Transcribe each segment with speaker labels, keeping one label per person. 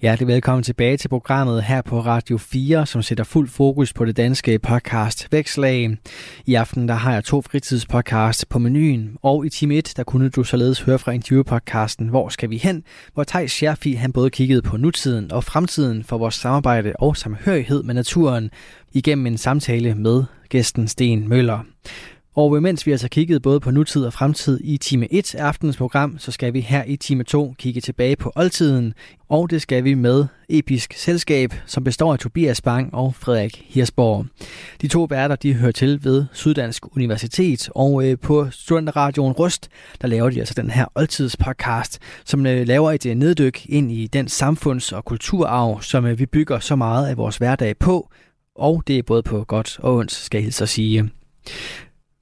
Speaker 1: Hjertelig velkommen tilbage til programmet her på Radio 4, som sætter fuld fokus på det danske podcast Vækslag. I aften der har jeg to fritidspodcast på menuen, og i time 1 der kunne du således høre fra interviewpodcasten Hvor skal vi hen? Hvor Thijs Scherfi han både kiggede på nutiden og fremtiden for vores samarbejde og samhørighed med naturen igennem en samtale med gæsten Sten Møller. Og mens vi altså kiggede både på nutid og fremtid i time 1 af aftenens program, så skal vi her i time 2 kigge tilbage på oldtiden. Og det skal vi med Episk Selskab, som består af Tobias Bang og Frederik Hirsborg. De to værter de hører til ved Syddansk Universitet, og øh, på Studenterradioen Rust, der laver de altså den her oldtidspodcast, som øh, laver et øh, neddyk ind i den samfunds- og kulturarv, som øh, vi bygger så meget af vores hverdag på. Og det er både på godt og ondt, skal jeg hilse at sige.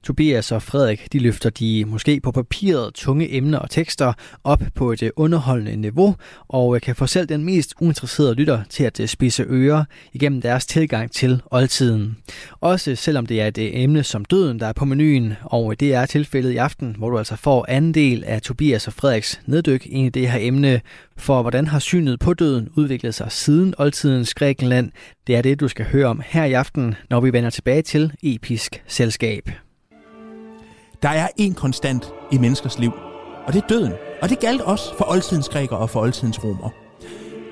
Speaker 1: Tobias og Frederik de løfter de måske på papiret tunge emner og tekster op på et øh, underholdende niveau, og øh, kan få selv den mest uinteresserede lytter til at øh, spidse ører igennem deres tilgang til oldtiden. Også selvom det er et øh, emne som døden, der er på menuen, og øh, det er tilfældet i aften, hvor du altså får anden del af Tobias og Frederiks neddyk ind i det her emne, for hvordan har synet på døden udviklet sig siden oldtidens Grækenland? Det er det, du skal høre om her i aften, når vi vender tilbage til Episk Selskab.
Speaker 2: Der er én konstant i menneskers liv, og det er døden. Og det galt også for oldtidens grækere og for oldtidens romer.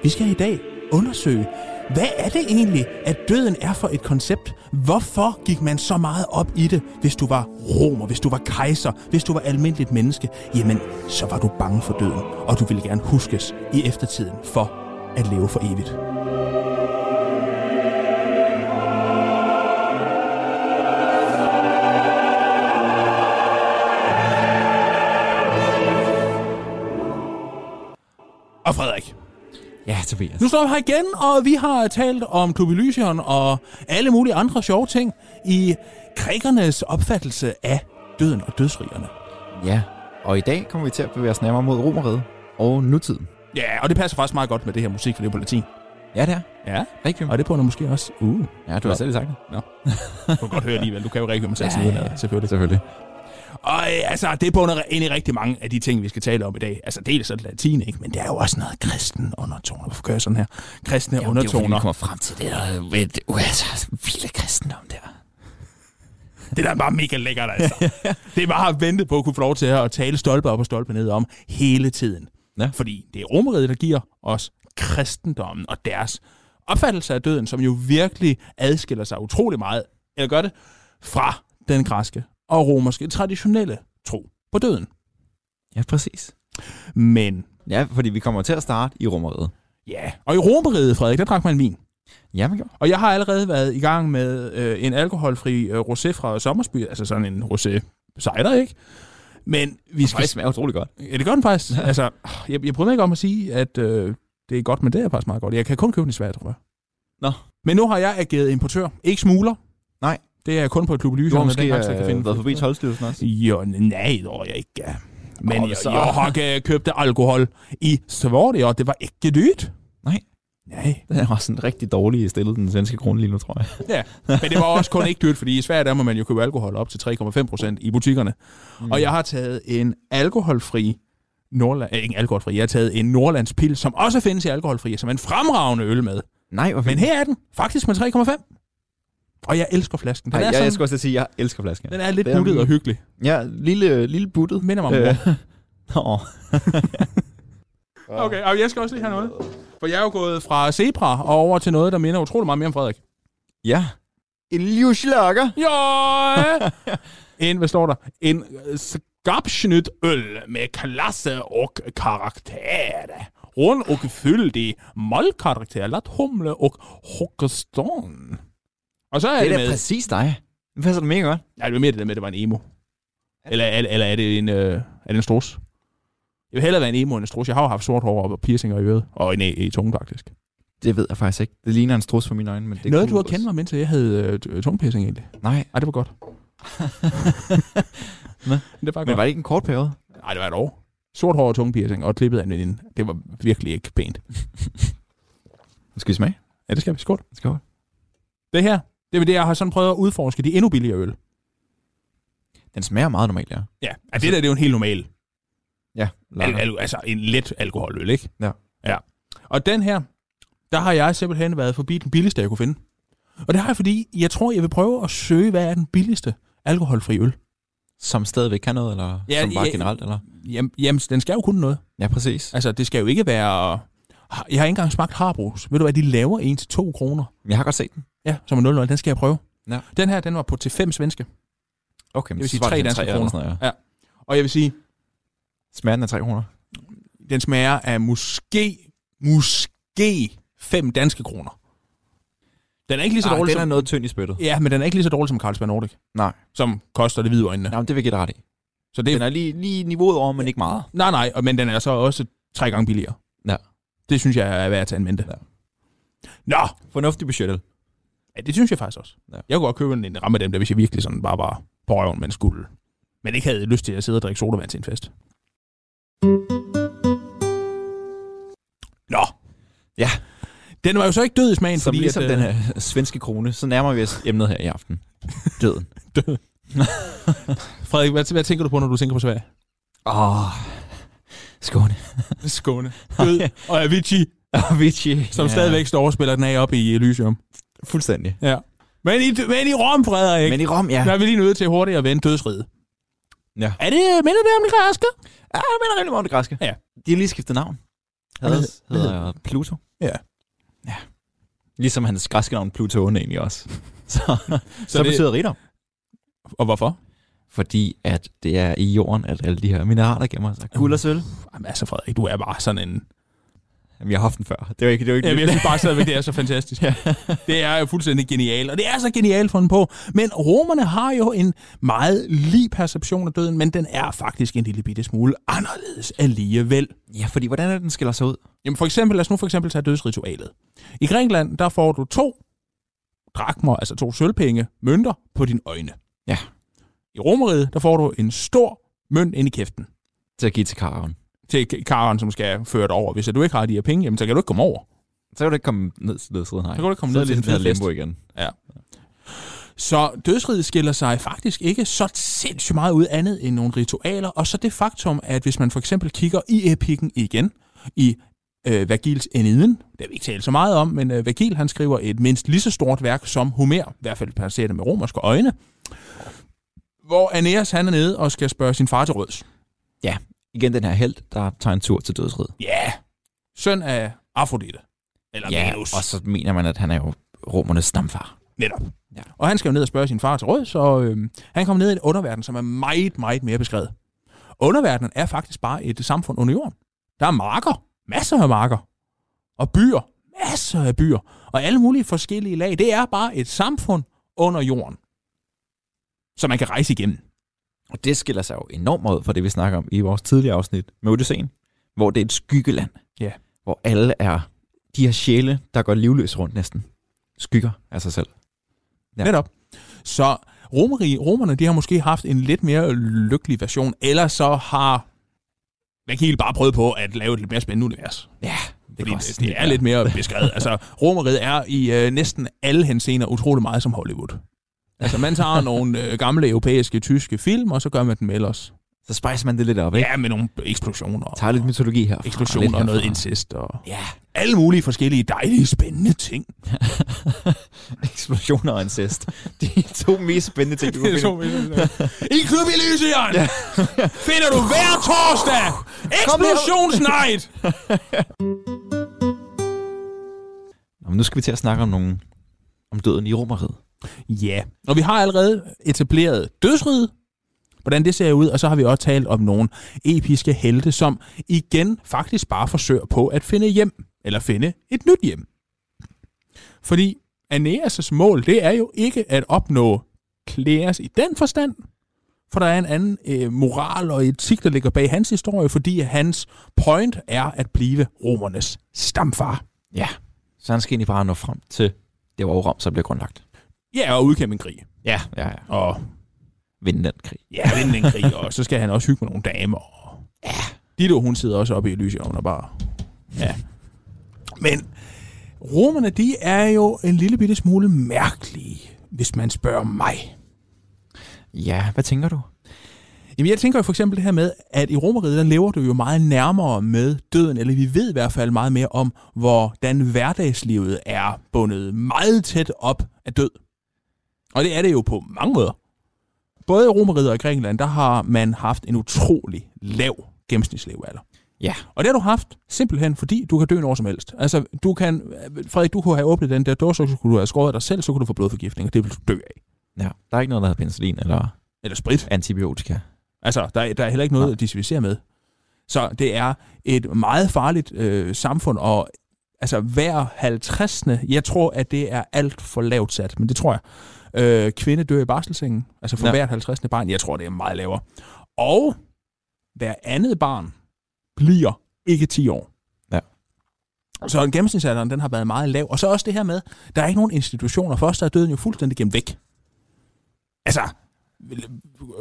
Speaker 2: Vi skal i dag undersøge, hvad er det egentlig, at døden er for et koncept? Hvorfor gik man så meget op i det, hvis du var romer, hvis du var kejser, hvis du var almindeligt menneske? Jamen, så var du bange for døden, og du ville gerne huskes i eftertiden for at leve for evigt. Og Frederik,
Speaker 3: Ja, Tobias.
Speaker 2: Nu står vi her igen, og vi har talt om Tubilysion og alle mulige andre sjove ting i grækernes opfattelse af døden og dødsrigerne.
Speaker 3: Ja, og i dag kommer vi til at bevæge os nærmere mod romeriet og nutiden.
Speaker 2: Ja, og det passer faktisk meget godt med det her musik, for det er på latin.
Speaker 3: Ja, det er.
Speaker 2: Ja,
Speaker 3: Requiem.
Speaker 2: og det på måske også. Uh, du
Speaker 3: Ja, du har selv sagt det.
Speaker 2: kan godt høre alligevel. Du kan jo rigtig med satsen
Speaker 3: Ja, ja,
Speaker 2: ja, ja. selvfølgelig.
Speaker 3: Selvfølgelig.
Speaker 2: Og øh, altså, det bunder ind i rigtig mange af de ting, vi skal tale om i dag. Altså, dels er det latin, ikke? Men det er jo også noget kristen undertoner. Hvorfor kører jeg sådan her? Kristne Jamen, undertoner. Det,
Speaker 3: kommer frem til det der ved, altså, vilde kristendom der.
Speaker 2: det der er bare mega lækkert, altså. det er bare at vente på at kunne få lov til at tale stolpe op og stolpe ned om hele tiden.
Speaker 3: Ja.
Speaker 2: Fordi det er romeriet, der giver os kristendommen og deres opfattelse af døden, som jo virkelig adskiller sig utrolig meget, eller gør det, fra den græske og romerske traditionelle tro på døden.
Speaker 3: Ja, præcis.
Speaker 2: Men
Speaker 3: Ja, fordi vi kommer til at starte i romeriet.
Speaker 2: ja, og i romeriet, Frederik, der drak man vin.
Speaker 3: Ja, man gjorde.
Speaker 2: Og jeg har allerede været i gang med øh, en alkoholfri øh, rosé fra Sommersby, altså sådan en rosé cider, ikke? Men vi skal...
Speaker 3: Det smager utrolig godt.
Speaker 2: Ja, det gør den faktisk. altså, jeg, jeg bryder mig ikke om at sige, at øh, det er godt, men det er faktisk meget godt. Jeg kan kun købe den i Sverige, tror jeg.
Speaker 3: Nå.
Speaker 2: Men nu har jeg ageret importør. Ikke smugler.
Speaker 3: Nej.
Speaker 2: Det er kun på et klub Lyse.
Speaker 3: Du har måske øh, været forbi Tolvstyrelsen også.
Speaker 2: Jo, nej, det tror jeg ikke. Men
Speaker 3: Åh,
Speaker 2: jeg,
Speaker 3: så-
Speaker 2: jeg har ikke købt alkohol i Sverige, og det var ikke dyrt.
Speaker 3: Nej.
Speaker 2: Nej.
Speaker 3: Den er også sådan rigtig dårlig stillet, den svenske krone lige nu, tror jeg.
Speaker 2: Ja, men det var også kun ikke dyrt, fordi i Sverige der må man jo købe alkohol op til 3,5 procent i butikkerne. Mm. Og jeg har taget en alkoholfri Nordland, eh, ikke alkoholfri, jeg har taget en Nordlandspil, som også findes i alkoholfri, som er en fremragende øl med.
Speaker 3: Nej, hvor
Speaker 2: Men her er den faktisk med 3,5. Og jeg elsker flasken. Den,
Speaker 3: Nej,
Speaker 2: Ej, er,
Speaker 3: jeg,
Speaker 2: sådan,
Speaker 3: jeg skulle også til at sige, at jeg elsker flasken.
Speaker 2: den er lidt
Speaker 3: det er-
Speaker 2: nuttet og hyggelig.
Speaker 3: Ja, lille, lille buttet.
Speaker 2: Minder mig om mor.
Speaker 3: Nå,
Speaker 2: Okay, og jeg skal også lige have noget. For jeg er jo gået fra zebra og over til noget, der minder utrolig meget mere om Frederik.
Speaker 3: ja. En livslager.
Speaker 2: Jo! en, hvad står der? En øh, skarpsnyt øl med klasse og karakter. Rund og fyldig målkarakter. Lat humle og hokkeston. Og så er det,
Speaker 3: Det er da
Speaker 2: med...
Speaker 3: præcis dig. Det passer da mega godt.
Speaker 2: Nej, det var mere det der med, at det var en emo. Eller, eller, eller er det en, øh, er det en strus? Jeg vil hellere være en emo end en strus. Jeg har jo haft sort hår og piercinger i øret. Og en æ- i tungen, faktisk.
Speaker 3: Det ved jeg faktisk ikke. Det ligner en strus for mine øjne, men det
Speaker 2: Det Noget, du har
Speaker 3: kunne
Speaker 2: kendt mig, mens jeg havde øh, tungpiercing egentlig.
Speaker 3: også- Nej,
Speaker 2: Ej, det var godt.
Speaker 3: Nå.
Speaker 2: Det var godt.
Speaker 3: men var det ikke en kort periode?
Speaker 2: Nej, det var et år. Sort hår og tunge piercing, og klippet af en veninde. Det var virkelig ikke pænt.
Speaker 3: Skal vi smage?
Speaker 2: Ja, det skal vi. Skål.
Speaker 3: Skål.
Speaker 2: Det her, det er det, jeg har sådan prøvet at udforske. De endnu billigere øl.
Speaker 3: Den smager meget normalt, ja.
Speaker 2: Ja, altså, det der det er jo en helt normal,
Speaker 3: Ja,
Speaker 2: al- al- altså en let alkoholøl, ikke?
Speaker 3: Ja.
Speaker 2: ja. Og den her, der har jeg simpelthen været forbi den billigste, jeg kunne finde. Og det har jeg, fordi jeg tror, jeg vil prøve at søge, hvad er den billigste alkoholfri øl.
Speaker 3: Som stadigvæk kan noget, eller
Speaker 2: Ja,
Speaker 3: ja, som bare
Speaker 2: ja.
Speaker 3: ja, generelt, eller?
Speaker 2: Jamen, jamen, den skal jo kunne noget.
Speaker 3: Ja, præcis.
Speaker 2: Altså, det skal jo ikke være... Jeg har ikke engang smagt Harbros. Ved du hvad, de laver en til to kroner.
Speaker 3: Jeg har godt set den.
Speaker 2: Ja, som er 00, den skal jeg prøve.
Speaker 3: Ja.
Speaker 2: Den her, den var på til fem svenske.
Speaker 3: Okay, men
Speaker 2: Det vil
Speaker 3: så
Speaker 2: sige
Speaker 3: var
Speaker 2: tre
Speaker 3: til en
Speaker 2: danske
Speaker 3: treer eller
Speaker 2: kroner.
Speaker 3: Sådan noget, ja.
Speaker 2: Og jeg vil sige,
Speaker 3: Smager den af 3 kroner?
Speaker 2: den smager af måske, måske 5 danske kroner. Den er ikke lige så
Speaker 3: Nej,
Speaker 2: dårlig
Speaker 3: den
Speaker 2: som...
Speaker 3: er noget tynd i spyttet.
Speaker 2: Ja, men den er ikke lige så dårlig som Carlsberg Nordic,
Speaker 3: Nej,
Speaker 2: som koster det hvide øjnene.
Speaker 3: nej men det vil jeg give dig ret i.
Speaker 2: Så det,
Speaker 3: Den er lige, lige niveauet over, men ikke meget.
Speaker 2: Nej, nej, og- men den er så også tre gange billigere.
Speaker 3: Ja.
Speaker 2: Det synes jeg er værd at tage en mente.
Speaker 3: Ja.
Speaker 2: Ja. Nå,
Speaker 3: Fornuftig budgettet.
Speaker 2: ja, det synes jeg faktisk også.
Speaker 3: Ja.
Speaker 2: Ja. Jeg kunne godt købe en- en ramme af dem, der hvis jeg virkelig sådan bare var på røven, man skulle. Men ikke havde lyst til at sidde og drikke sodavand til en fest. Nå.
Speaker 3: Ja.
Speaker 2: Den var jo så ikke død i smagen,
Speaker 3: Som
Speaker 2: fordi
Speaker 3: ligesom
Speaker 2: at, øh,
Speaker 3: den her svenske krone, så nærmer vi os emnet her i aften. Døden.
Speaker 2: Frederik, hvad, hvad tænker du på, når du tænker på Sverige?
Speaker 3: Åh, oh, Skåne.
Speaker 2: Skåne. Død og Avicii,
Speaker 3: Avicii.
Speaker 2: som ja. stadigvæk står og spiller den af op i Elysium.
Speaker 3: Fuldstændig.
Speaker 2: Ja. Men i, men i Rom, Frederik,
Speaker 3: Men i Rom, ja.
Speaker 2: ja. er vi lige nødt til hurtigt at vende dødsrede.
Speaker 3: Ja.
Speaker 2: Er det, minder det om det græske?
Speaker 3: Ja, jeg mener rimelig meget om det græske.
Speaker 2: Ja.
Speaker 3: De har lige skiftet navn. Hades
Speaker 2: Hvad hedder-
Speaker 3: hedder jeg Pluto.
Speaker 2: Ja.
Speaker 3: Ja. Ligesom hans græske navn Plutoen egentlig også. Så, så, så
Speaker 2: det-
Speaker 3: det betyder rigdom.
Speaker 2: Og hvorfor?
Speaker 3: Fordi at det er i jorden, at alle de her mineraler gemmer sig. Guld og sølv.
Speaker 2: Jamen altså, Frederik, du er bare sådan en...
Speaker 3: Jamen, jeg har haft den før. Det var ikke, det var ikke
Speaker 2: Jamen,
Speaker 3: nyt.
Speaker 2: jeg synes bare stadigvæk, det er så fantastisk. ja. Det er jo fuldstændig genialt, og det er så genialt fundet på. Men romerne har jo en meget lige perception af døden, men den er faktisk en lille bitte smule anderledes alligevel.
Speaker 3: Ja, fordi hvordan er det, den skiller sig ud?
Speaker 2: Jamen for eksempel, lad os nu for eksempel tage dødsritualet. I Grækenland, der får du to drakmer, altså to sølvpenge, mønter på dine øjne.
Speaker 3: Ja.
Speaker 2: I Romeriet, der får du en stor mønt ind i kæften
Speaker 3: Til at give til Karen.
Speaker 2: til karen, som skal føre dig over. Hvis du ikke har de her penge, jamen, så kan du ikke komme over.
Speaker 3: Så kan du ikke komme ned til ledsiden, nej.
Speaker 2: Så kan du ikke komme
Speaker 3: så
Speaker 2: ned til
Speaker 3: det
Speaker 2: den
Speaker 3: ligesom
Speaker 2: fede
Speaker 3: det her limbo igen.
Speaker 2: Så dødsriget skiller sig faktisk ikke så sindssygt meget ud andet end nogle ritualer, og så det faktum, at hvis man for eksempel kigger i epikken igen, i øh, Vergils Eniden, det har vi ikke talt så meget om, men øh, Vergil han skriver et mindst lige så stort værk som Homer, i hvert fald hvis man ser det med romerske øjne, hvor Aeneas han er nede og skal spørge sin far til råds.
Speaker 3: Igen den her held, der tager en tur til dødsrid.
Speaker 2: Ja, yeah. søn af Afrodite. Eller
Speaker 3: Ja,
Speaker 2: Venus.
Speaker 3: og så mener man, at han er jo romernes stamfar.
Speaker 2: Netop.
Speaker 3: Ja.
Speaker 2: Ja. Og han skal jo ned og spørge sin far til råd, så øh, han kommer ned i en underverden, som er meget, meget mere beskrevet. Underverdenen er faktisk bare et samfund under jorden. Der er marker, masser af marker, og byer, masser af byer, og alle mulige forskellige lag. Det er bare et samfund under jorden, som man kan rejse igennem.
Speaker 3: Og det skiller sig jo enormt meget ud fra det, vi snakker om i vores tidligere afsnit med Odysseen, hvor det er et skyggeland,
Speaker 2: Ja.
Speaker 3: hvor alle er de her sjæle, der går livløs rundt næsten. Skygger af sig selv. Ja.
Speaker 2: Ja. Netop. Så romeri, romerne, de har måske haft en lidt mere lykkelig version, eller så har man kan helt bare prøve på at lave et lidt mere spændende univers.
Speaker 3: Ja, det,
Speaker 2: Fordi det, det er lidt mere beskrevet. Altså, romeriet er i øh, næsten alle hensener utrolig meget som Hollywood. Altså, man tager nogle øh, gamle europæiske, tyske film, og så gør man dem ellers.
Speaker 3: Så spejser man det lidt op, ikke?
Speaker 2: Ja, med nogle eksplosioner.
Speaker 3: Tager lidt mytologi her.
Speaker 2: eksplosioner og noget incest og
Speaker 3: Ja,
Speaker 2: alle mulige forskellige dejlige, spændende ting.
Speaker 3: eksplosioner og incest. De er to mest spændende ting, du kan finde.
Speaker 2: I Klub Elysion finder du hver torsdag Explosionsnight!
Speaker 3: Nå, men nu skal vi til at snakke om nogen om døden i romeriet.
Speaker 2: Ja, og vi har allerede etableret dødsriget, hvordan det ser ud, og så har vi også talt om nogle episke helte, som igen faktisk bare forsøger på at finde hjem, eller finde et nyt hjem. Fordi Aeneas' mål, det er jo ikke at opnå Kleas i den forstand, for der er en anden øh, moral og etik, der ligger bag hans historie, fordi hans point er at blive romernes stamfar.
Speaker 3: Ja. Så han skal egentlig bare nå frem til det var Rom, så bliver grundlagt.
Speaker 2: Ja, og udkæmpe en krig,
Speaker 3: Ja, ja, ja.
Speaker 2: og
Speaker 3: Vinde den krig.
Speaker 2: Ja, vinde den krig, og så skal han også hygge med nogle damer. Og... Ja. Dido, hun sidder også oppe i Elysium og bare... Ja. Men Romerne, de er jo en lille bitte smule mærkelige, hvis man spørger mig.
Speaker 3: Ja, hvad tænker du?
Speaker 2: Jamen, jeg tænker jo for eksempel det her med, at i Romeriet, der lever du jo meget nærmere med døden, eller vi ved i hvert fald meget mere om, hvordan hverdagslivet er bundet meget tæt op af død. Og det er det jo på mange måder. Både i Romeriet og i Grækenland, der har man haft en utrolig lav gennemsnitslevealder.
Speaker 3: Ja.
Speaker 2: Og det har du haft, simpelthen fordi du kan dø når som helst. Altså, du kan, Frederik, du kunne have åbnet den der dåse, så kunne du have skåret dig selv, så kunne du få blodforgiftning, og det vil du dø af.
Speaker 3: ja. Der er ikke noget, der hedder penicillin eller
Speaker 2: Eller sprit.
Speaker 3: antibiotika.
Speaker 2: Altså, der, er- der er heller ikke noget,
Speaker 3: Nej.
Speaker 2: at dissificere med. Så det er et meget farligt øh, samfund, og altså hver 50. jeg tror, at det er alt for lavt sat, men det tror jeg. Øh, kvinde dør i barselssengen, altså for
Speaker 3: Ja.
Speaker 2: ja. hvert 50. barn, jeg tror, det er meget lavere. Og hver andet barn bliver ikke 10 år.
Speaker 3: Ja.
Speaker 2: Så gennemsnitsalderen, den har været meget lav. Og så også det her med, der er ikke nogen institutioner. Først er døden jo fuldstændig gemt væk. Altså,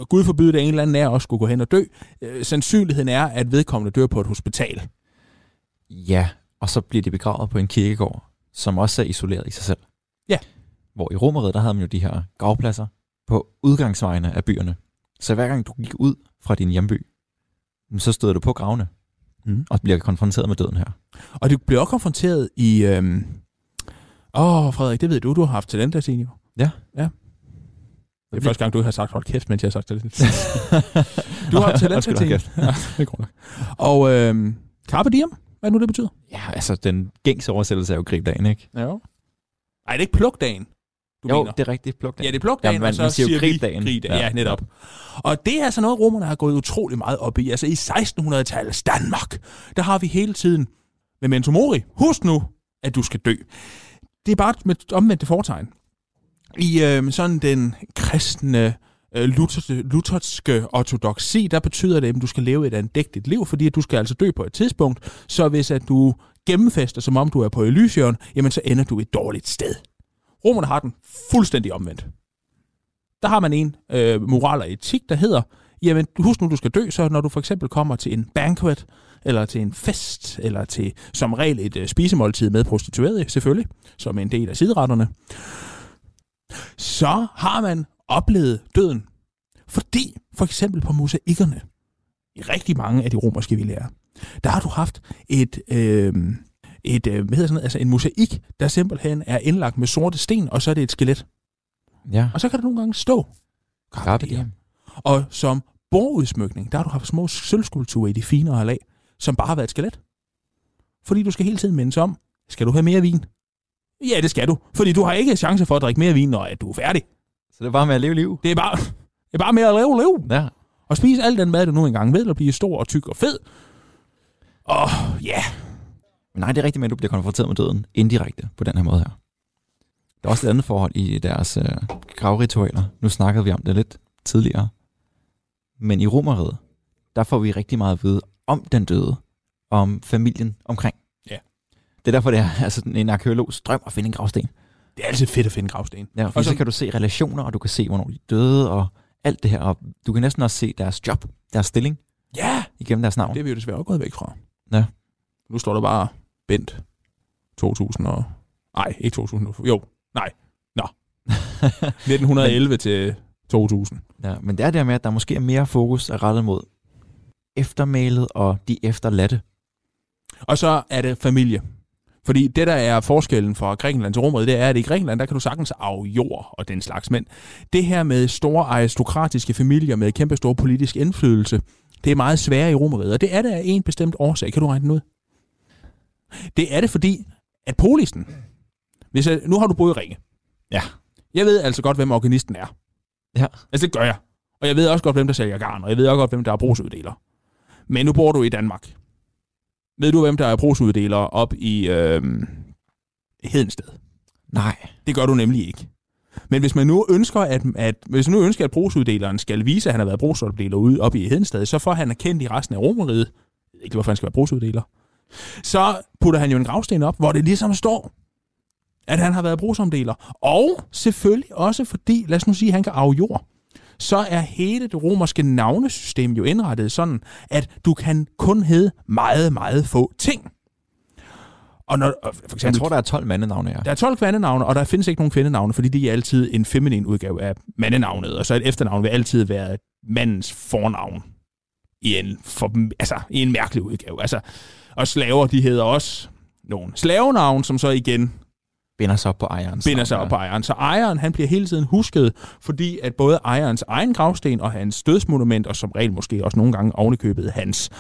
Speaker 2: Gud forbyde, at en eller anden nær også skulle gå hen og dø. Øh, sandsynligheden er, at vedkommende dør på et hospital.
Speaker 3: Ja, og så bliver de begravet på en kirkegård, som også er isoleret i sig selv.
Speaker 2: Ja.
Speaker 3: Hvor i Romeriet, der havde man jo de her gravpladser på udgangsvejene af byerne. Så hver gang du gik ud fra din hjemby, jamen, så stod du på gravene
Speaker 2: Mm.
Speaker 3: og bliver konfronteret med døden her.
Speaker 2: Og du bliver også konfronteret i... øhm, Åh, øh... Frederik, det ved du, du har haft til den der senior.
Speaker 3: Ja.
Speaker 2: Ja. Det er
Speaker 3: Vildt.
Speaker 2: første gang, du ikke har sagt, hold kæft, mens jeg har sagt det. Du har talent til
Speaker 3: Undskyld, hold
Speaker 2: ting.
Speaker 3: kæft.
Speaker 2: Ja, det er godt nok. Og øhm, carpe diem, hvad nu det betyder?
Speaker 3: Ja, altså den gængse oversættelse er jo grib dagen, ikke?
Speaker 2: Ja. Ej, det er ikke plukdagen, du
Speaker 3: jo,
Speaker 2: mener.
Speaker 3: det er rigtigt. Pluk dagen.
Speaker 2: Ja, det er plukdagen,
Speaker 3: Ja,
Speaker 2: ja,
Speaker 3: man-
Speaker 2: og så
Speaker 3: man siger jo
Speaker 2: siger vi
Speaker 3: gribdagen.
Speaker 2: gribdagen.
Speaker 3: Ja.
Speaker 2: Ja. ja, netop. Og det er altså noget, romerne har gået utrolig meget op i. Altså i 1600-tallets Danmark, der har vi hele tiden memento mori. Husk nu, at du skal dø. Det er bare med omvendt fortegn. I øh, sådan den kristne øh, lutherske, lutherske ortodoksi, der betyder det, at du skal leve et andægtigt liv, fordi at du skal altså dø på et tidspunkt, så hvis at du gennemfester, som om du er på Elysion, jamen så ender du et dårligt sted. Romerne har den fuldstændig omvendt. Der har man en øh, moral og etik, der hedder, jamen husk nu, du skal dø, så når du for eksempel kommer til en banquet, eller til en fest, eller til som regel et øh, spisemåltid med prostituerede, selvfølgelig, som en del af sideretterne, så har man oplevet døden. Fordi, for eksempel på mosaikkerne, i rigtig mange af de romerske villager, der har du haft et, øh, et øh, hvad hedder sådan noget, altså en mosaik, der simpelthen er indlagt med sorte sten, og så er det et skelet.
Speaker 3: Ja.
Speaker 2: Og så kan der nogle gange stå
Speaker 3: Carpe diem.
Speaker 2: og som borudsmykning, der har du haft små sølvskulpturer i de finere lag, som bare har været et skelet. Fordi du skal hele tiden mindes om, skal du have mere vin? Ja, det skal du, fordi du har ikke chance for at drikke mere vin, når at du er færdig.
Speaker 3: Så det er bare med at leve liv.
Speaker 2: Det er bare, det er bare med at leve, leve.
Speaker 3: Ja.
Speaker 2: Og spise al den mad, du nu engang ved, og blive stor og tyk og fed. Og ja,
Speaker 3: Nej, det er rigtigt, men du bliver konfronteret med døden indirekte på den her måde her. Der er også et andet forhold i deres øh, gravritualer. Nu snakkede vi om det lidt tidligere. Men i romeriet, der får vi rigtig meget at vide om den døde, om familien omkring.
Speaker 2: Ja.
Speaker 3: Det er derfor, det er altså, sådan en arkeologs drøm at finde en gravsten.
Speaker 2: det er altid fedt at finde gravsten.
Speaker 3: Ja, for
Speaker 2: Og
Speaker 3: så
Speaker 2: så-
Speaker 3: kan du se relationer, og du kan se, hvornår de døde, og alt det her. Og du kan næsten også se deres job, deres stilling,
Speaker 2: Ja,
Speaker 3: igennem deres navn.
Speaker 2: det er vi jo desværre også gået væk fra.
Speaker 3: Ja.
Speaker 2: Nu står der bare Bent 2000 og... Nej, ikke 2000. Jo, 1911 til 2000.
Speaker 3: Ja, men det er der med, at der måske er mere fokus er rettet mod eftermælet og de efterladte.
Speaker 2: Og så er det familie. Fordi det, der er forskellen fra Grækenland til Romeriet, det er, at i Grækenland, der kan du sagtens arve jord og den slags. Men det her med store aristokratiske familier med kæmpe stor politisk indflydelse, det er meget sværere i Romeriet. Og det er det af en bestemt årsag. Kan du regne den ud? Det er det, fordi at polisen... Hvis jeg, nu har du boet i Ringe.
Speaker 3: Ja.
Speaker 2: Jeg ved altså godt, hvem organisten er.
Speaker 3: Ja.
Speaker 2: Altså, det gør jeg. Og jeg ved også godt, hvem der sælger garn, og jeg ved også godt, hvem der er brugsuddeler. Men nu bor du i Danmark. Ved du, hvem der er brugsuddelere op i øh, Hedensted?
Speaker 3: Nej.
Speaker 2: Det gør du nemlig ikke. Men hvis man nu ønsker, at, at, hvis man nu ønsker, at brugsuddeleren skal vise, at han har været brugsuddeler ude op i Hedensted, så får han erkendt i resten af Romeriet, jeg ved ikke hvorfor han skal være brugsuddeler, så putter han jo en gravsten op, hvor det ligesom står, at han har været brugsomdeler. Og selvfølgelig også fordi, lad os nu sige, at han kan arve jord så er hele det romerske navnesystem jo indrettet sådan, at du kan kun hedde meget, meget få ting. Og når, og for
Speaker 3: Jeg
Speaker 2: eksempel,
Speaker 3: tror, der er 12 mandenavne her.
Speaker 2: der er 12 kvandenavne, og der findes ikke nogen kvindenavne, fordi det er altid en feminin udgave af mandenavnet, og så et efternavn vil altid være mandens fornavn i en, for, altså, i en mærkelig udgave. Altså, og slaver, de hedder også nogle slavenavn, som så igen
Speaker 3: binder sig op på ejerens
Speaker 2: binder sig op på ejeren. Så ejeren, han bliver hele tiden husket, fordi at både ejerens egen gravsten og hans dødsmonument, og som regel måske også nogle gange ovenikøbet hans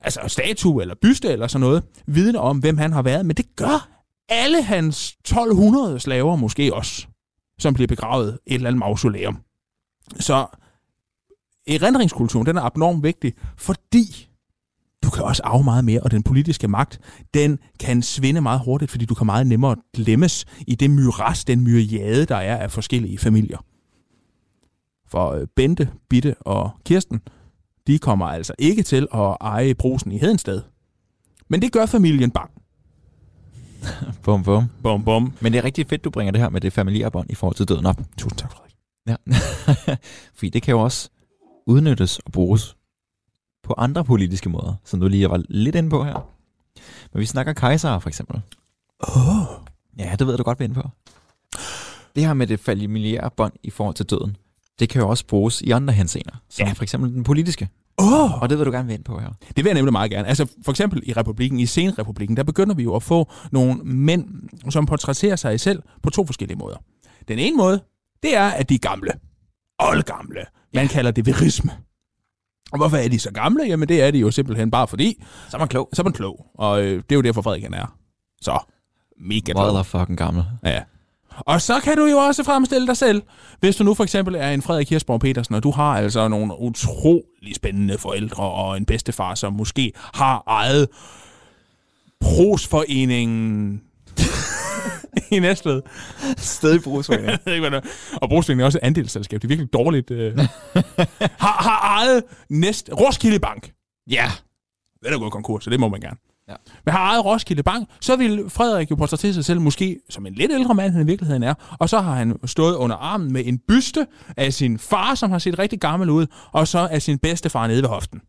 Speaker 2: altså statue eller byste eller sådan noget, vidner om, hvem han har været. Men det gør alle hans 1200 slaver måske også, som bliver begravet i et eller andet mausoleum. Så erindringskulturen, den er abnormt vigtig, fordi du kan også arve meget mere, og den politiske magt, den kan svinde meget hurtigt, fordi du kan meget nemmere glemmes i det myras, den myriade, der er af forskellige familier. For øh, Bente, Bitte og Kirsten, de kommer altså ikke til at eje brusen i Hedensted. Men det gør familien bang.
Speaker 3: Bum, bum.
Speaker 2: Bum, bum.
Speaker 3: Men det er rigtig fedt, du bringer det her med det familiære bånd i forhold til døden op.
Speaker 2: Tusind tak, Frederik.
Speaker 3: Ja. Fordi det kan jo også udnyttes og bruges på andre politiske måder, som du lige var lidt inde på her. Men vi snakker kejsere for eksempel.
Speaker 2: Oh.
Speaker 3: Ja, det ved jeg, du godt, hvad jeg er inde på. Det her med det familiære bånd i forhold til døden, det kan jo også bruges i andre henseender, som ja.
Speaker 2: Ja.
Speaker 3: for eksempel den politiske.
Speaker 2: Oh.
Speaker 3: Og det vil du gerne vende på her.
Speaker 2: Det vil jeg nemlig meget gerne. Altså for eksempel i republikken, i senrepublikken, der begynder vi jo at få nogle mænd, som portrætterer sig selv på to forskellige måder. Den ene måde, det er, at de er gamle. Oldgamle. Man kalder det verisme. Og hvorfor er de så gamle? Jamen det er de jo simpelthen bare fordi,
Speaker 3: Så er man klog.
Speaker 2: så er man klog. Og øh, det er jo derfor, Frederik han er. Så mega klog.
Speaker 3: Motherfucking gammel.
Speaker 2: Ja. Og så kan du jo også fremstille dig selv, hvis du nu for eksempel er en Frederik Hirsborg Petersen, og du har altså nogle utrolig spændende forældre og en bedstefar, som måske har ejet prosforeningen i Næstved.
Speaker 3: Stadig bruges
Speaker 2: Jeg ved ikke, hvad det er. og Brosvingen er også et andelsselskab. Det er virkelig dårligt. Øh. har, har ejet næst Roskilde Bank. Ja. Den er gået konkurs, så det må man gerne.
Speaker 3: Ja.
Speaker 2: Men har ejet Roskilde Bank, så vil Frederik jo portrættere sig selv måske som en lidt ældre mand, han i virkeligheden er. Og så har han stået under armen med en byste af sin far, som har set rigtig gammel ud, og så af sin bedstefar nede ved hoften.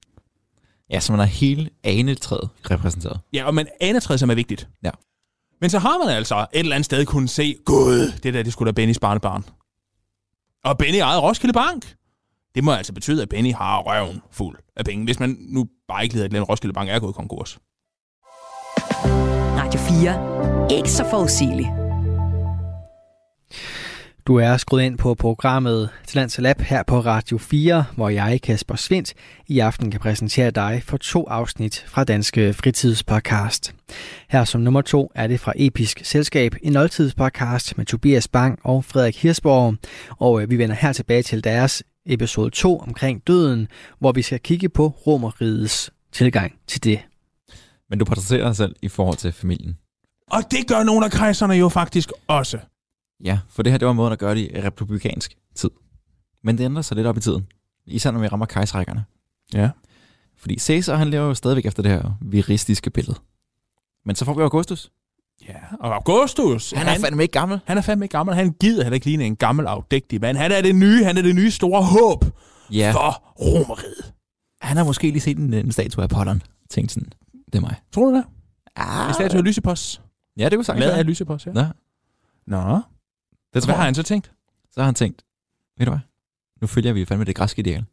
Speaker 3: Ja, så man har hele anetræet repræsenteret.
Speaker 2: Ja, og man aner træet, som er vigtigt.
Speaker 3: Ja.
Speaker 2: Men så har man altså et eller andet sted kunnet se, gud, det der, det skulle da Bennys barnebarn. Og Benny ejede Roskilde Bank. Det må altså betyde, at Benny har røven fuld af penge, hvis man nu bare ikke lider, at den Roskilde Bank er gået konkurs.
Speaker 4: Radio 4. Ikke så forudsigelig.
Speaker 1: Du er skruet ind på programmet Talent til Lab her på Radio 4, hvor jeg, Kasper Svindt, i aften kan præsentere dig for to afsnit fra Danske Fritidspodcast. Her som nummer to er det fra Episk Selskab, en oldtidspodcast med Tobias Bang og Frederik Hirsborg, og øh, vi vender her tilbage til deres episode 2 omkring døden, hvor vi skal kigge på romerrigets tilgang til det.
Speaker 3: Men du portrætterer dig selv i forhold til familien.
Speaker 2: Og det gør nogle af kejserne jo faktisk også.
Speaker 3: Ja, for det her, det var måden at gøre det i republikansk tid. Men det ændrer sig lidt op i tiden. Især når vi rammer kejsrækkerne.
Speaker 2: Ja.
Speaker 3: Fordi Caesar, han lever jo stadigvæk efter det her viristiske billede. Men så får vi Augustus.
Speaker 2: Ja, og Augustus,
Speaker 3: Han er fandme ikke gammel.
Speaker 2: han er fandme ikke gammel. Han gider heller ikke ligne en gammel, afdægtig mand. Han er det nye, han er det nye store håb
Speaker 3: Ja,
Speaker 2: for romeriet.
Speaker 3: han har måske lige set en, en statue af Apollon. Tænkte sådan, det er mig.
Speaker 2: Tror du det?
Speaker 3: Ah.
Speaker 2: En statue af Lysipos.
Speaker 3: Ja, det kunne sagtens
Speaker 2: Lavet
Speaker 3: være.
Speaker 2: af Lysipos, ja.
Speaker 3: Nå,
Speaker 2: Nå.
Speaker 3: det tror
Speaker 2: Hvad
Speaker 3: jeg.
Speaker 2: har han så tænkt?
Speaker 3: Så har han tænkt, ved du hvad? Nu følger vi fandme det græske ideal.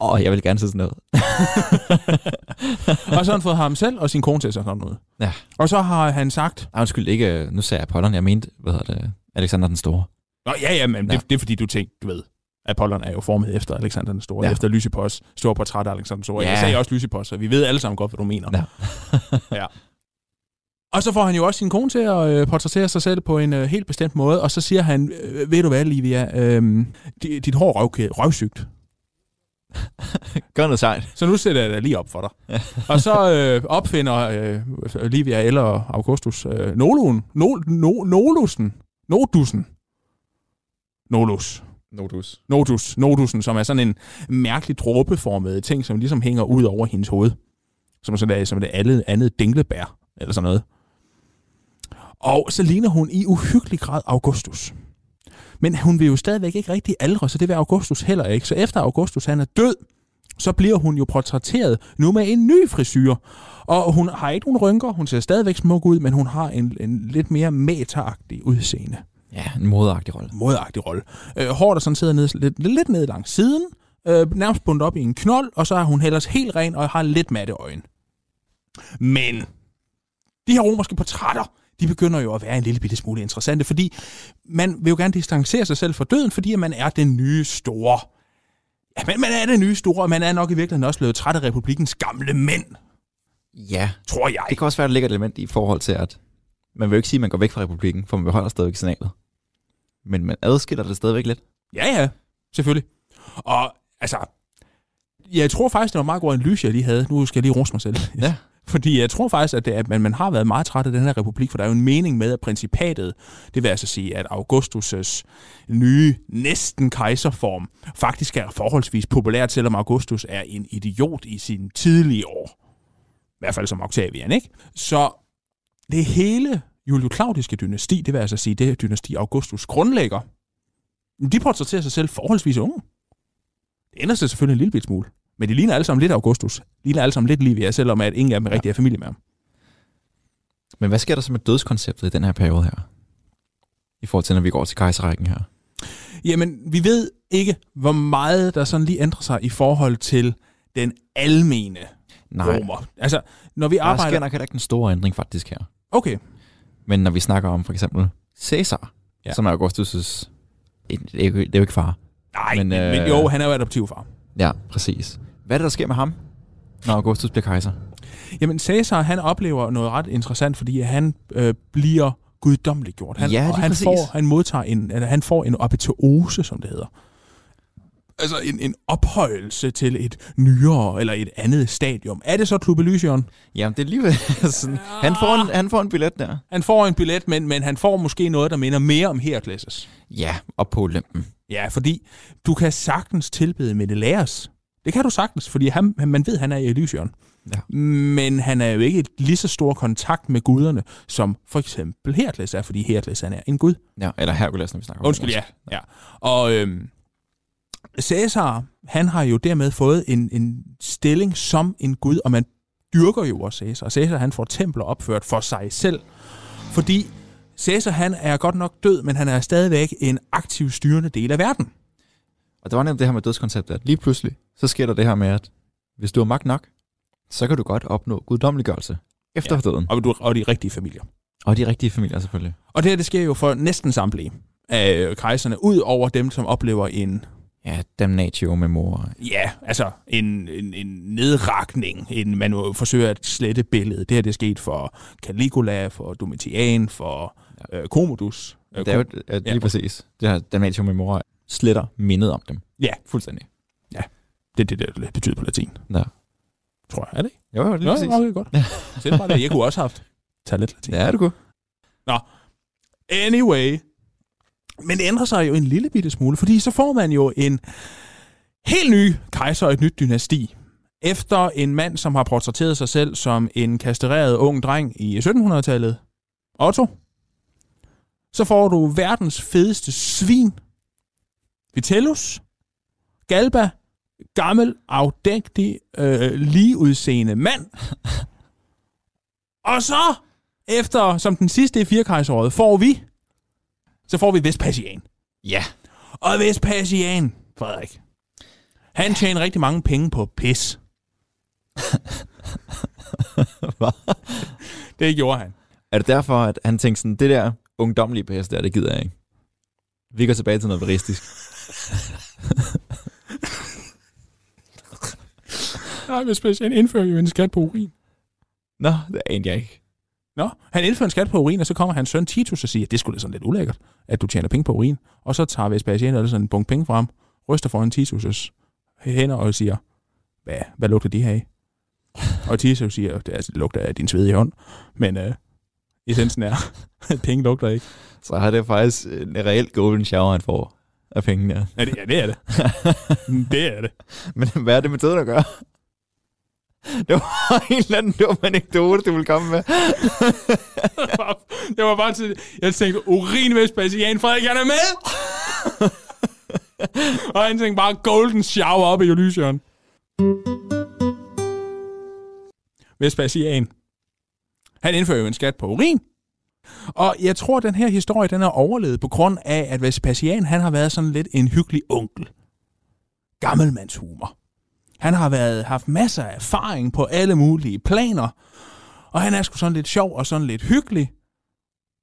Speaker 3: Åh, jeg vil gerne se sådan noget.
Speaker 2: Og så har han fået ham selv og sin kone til sig sådan noget.
Speaker 3: Ja.
Speaker 2: Og så har han sagt,
Speaker 3: Nej, undskyld, ikke, øh, nu sagde jeg Apollon, jeg mente, hvad hedder det, Alexander den Store.
Speaker 2: Nå, ja, ja, men
Speaker 3: Ja.
Speaker 2: det, det, er fordi, du tænkte, du ved, Apollon er jo formet efter Alexander den Store,
Speaker 3: Ja.
Speaker 2: ja. efter Lysipos, store portræt af Alexander den Store.
Speaker 3: Ja.
Speaker 2: Ja. Jeg sagde også Lysipos, så vi ved alle sammen godt, hvad du mener.
Speaker 3: Ja.
Speaker 2: Og så får han jo også sin kone til at øh, portrættere sig selv på en øh, helt bestemt måde, og så siger han, øh, ved du hvad, Livia, øh, dit, dit hår er røvkæ- røvsygt,
Speaker 3: Gør noget sejt.
Speaker 2: så nu sætter jeg det lige op for dig. og så øh, opfinder øh, Livia eller Augustus øh, Noluen, no, no, Nolusen, Nodusen, Nolus.
Speaker 3: Notus.
Speaker 2: Notus, notusen, som er sådan en mærkelig dråbeformet ting, som ligesom hænger ud over hendes hoved. Som sådan der, som det andet, andet dinglebær, eller sådan noget. Og så ligner hun i uhyggelig grad Augustus. Men hun vil jo stadigvæk ikke rigtig aldre, så det vil Augustus heller ikke. Så efter Augustus han er død, så bliver hun jo portrætteret nu med en ny frisyr. Og hun har ikke nogen rynker, hun ser stadigvæk smuk ud, men hun har en, en lidt mere metaagtig udseende
Speaker 3: Ja, en moderagtig rolle.
Speaker 2: modagtig rolle. Øh, håret er sådan sidder ned, lidt, lidt ned langs siden, øh, nærmest bundet op i en knold, og så er hun ellers helt ren og har lidt matte øjne. Men de her romerske portrætter, de begynder jo at være en lille bitte smule interessante, fordi man vil jo gerne distancere sig selv fra døden, fordi man er den nye store. Ja, men man er den nye store, og man er nok i virkeligheden også blevet træt af republikens gamle mænd,
Speaker 3: Ja.
Speaker 2: tror jeg.
Speaker 3: Det kan også være, at der ligger et element i forhold til, at man vil jo ikke sige, at man går væk fra republikken, for man beholder stadigvæk senatet. Men man adskiller det stadigvæk lidt.
Speaker 2: Ja, ja, selvfølgelig. Og altså, jeg tror faktisk, det var en meget god analyse, jeg lige havde. Nu skal jeg lige rose mig selv.
Speaker 3: Ja.
Speaker 2: Fordi jeg tror faktisk, at, det, er- at man, man har været meget træt af den her republik, for der er jo en mening med, at principatet, det vil altså sige, at Augustus' nye næsten kejserform, faktisk er forholdsvis populært, selvom Augustus er en idiot i sine tidlige år. I hvert fald som Octavian, ikke? Så det hele Julius-Claudiske dynasti, det vil altså sige, det dynasti Augustus grundlægger, de portrætterer sig selv forholdsvis unge. Det ændrer sig selvfølgelig en lille bit smule. Men de ligner alle sammen lidt Augustus. De ligner alle sammen lidt Livia, selvom at ingen af dem er rigtig er familie med ham.
Speaker 3: Men hvad sker der så med dødskonceptet i den her periode her? I forhold til, når vi går til kejserrækken her.
Speaker 2: Jamen, vi ved ikke, hvor meget der sådan lige ændrer sig i forhold til den almene
Speaker 3: Nej,
Speaker 2: romer. Altså, når vi
Speaker 3: der sker
Speaker 2: arbejder...
Speaker 3: nok heller ikke den store ændring faktisk her.
Speaker 2: Okay,
Speaker 3: Men når vi snakker om for eksempel Caesar,
Speaker 2: Ja.
Speaker 3: ja. som er Augustus' det er, jo, det er jo ikke far.
Speaker 2: nej, men,
Speaker 3: Men,
Speaker 2: øh... men
Speaker 3: øh,
Speaker 2: jo, han er jo adoptivfar.
Speaker 3: Ja, præcis. Hvad er det, der sker med ham, når Augustus bliver kejser?
Speaker 2: Jamen, Cæsar, han oplever noget ret interessant, fordi han øh, bliver guddommeligt gjort. Han,
Speaker 3: Ja, lige
Speaker 2: og han,
Speaker 3: præcis.
Speaker 2: får, han, modtager en, eller han får en apoteose, som det hedder. Altså en, en ophøjelse til et nyere eller et andet stadium. Er det så Klubelysion?
Speaker 3: Jamen, det er lige sådan. Han får, en, han får en billet der.
Speaker 2: Han får en billet, men, men han får måske noget, der minder mere om Herakles.
Speaker 3: Ja, op på Olympen.
Speaker 2: Ja, fordi du kan sagtens tilbede Menelaus. Det kan du sagtens, fordi han, man ved, han er i Elysion.
Speaker 3: Ja.
Speaker 2: Men han er jo ikke et lige så stor kontakt med guderne, som for eksempel Herakles er, fordi Herakles han er en gud.
Speaker 3: ja eller Hercules, når vi snakker om
Speaker 2: Undskyld, ja. ja. Og øhm, Cæsar, han har jo dermed fået en, en stilling som en gud, og man dyrker jo også Cæsar. Cæsar, han får templer opført for sig selv, fordi Cæsar, han er godt nok død, men han er stadigvæk en aktiv styrende del af verden.
Speaker 3: Og det var nemt det her med dødskonceptet, at lige pludselig, så sker der det her med, at hvis du har magt nok, så kan du godt opnå guddommeliggørelse efter
Speaker 2: Ja.
Speaker 3: ja. døden.
Speaker 2: Og, du, og de rigtige familier.
Speaker 3: Og de rigtige familier selvfølgelig.
Speaker 2: Og det her, det sker jo for næsten samtlige af kejserne, ud over dem, som oplever en,
Speaker 3: Ja, damnatio memoriae.
Speaker 2: ja, altså en, en, en nedrakning, en, man jo forsøger at slette billedet. Det her, det er sket for Caligula, for Domitian, for øh, Commodus. Øh,
Speaker 3: Det er jo
Speaker 2: Kom-
Speaker 3: ja, lige
Speaker 2: Ja.
Speaker 3: ja. præcis. Det her damnatio memoriae sletter mindet om dem.
Speaker 2: Ja.
Speaker 3: Fuldstændig.
Speaker 2: det er det, der betyder på latin.
Speaker 3: Ja.
Speaker 2: Tror jeg, er det ikke?
Speaker 3: Jo, jo, lige præcis.
Speaker 2: okay, godt. Sæt bare det. Jeg kunne også have haft tage lidt latin.
Speaker 3: Ja, du kunne.
Speaker 2: Anyway. Men det ændrer sig jo en lille bitte smule, fordi så får man jo en helt ny kejser og et nyt dynasti. Efter en mand, som har portrætteret sig selv som en kastreret ung dreng i 1700-tallet, Otto, så får du verdens fedeste svin, Vitellus, Galba, gammel, afdægtig, øh, ligeudseende mand. og så efter, som den sidste i firekejseråret, får vi, så får vi Vespasian.
Speaker 3: Ja.
Speaker 2: Og Vespasian, Frederik, han tjener rigtig mange penge på pis.
Speaker 3: Hvad?
Speaker 2: Det gjorde han.
Speaker 3: Er det derfor, at han tænkte sådan, det der ungdomlige pæs der, det gider jeg ikke. Vi går tilbage til noget veristisk.
Speaker 2: Nej, Vespasian indfører jo en skat på urin.
Speaker 3: Nå, det anede jeg ikke.
Speaker 2: Nå, han indfører en skat på urin, og så kommer hans søn Titus og siger, at det skulle da sådan lidt ulækkert, at du tjener penge på urin. Og så tager Vespasian og sådan en bunke penge frem, ryster foran Titus' hænder og siger, hvad, hvad lugter de her af? Og Titus siger, det altså, det lugter af din svedige hånd, men øh, essensen er, at penge lugter ikke.
Speaker 3: Så har det faktisk øh, en reelt golden shower, han får af pengene. der.
Speaker 2: Ja, det, ja, det er det. det er det.
Speaker 3: Men hvad er det med tiden at gøre? Det var en eller anden dum anekdote, du ville komme med.
Speaker 2: Det var bare til, jeg tænkte, urin Vespasian, Frederik, han er med! og han tænkte bare, golden shower op i Elysion. Vespasian. Han indfører jo en skat på urin. Og jeg tror, den her historie, den er overlevet på grund af, at Vespasian, han har været sådan lidt en hyggelig onkel. Gammelmandshumor. Han har været, haft masser af erfaring på alle mulige planer, og han er sgu sådan lidt sjov og sådan lidt hyggelig,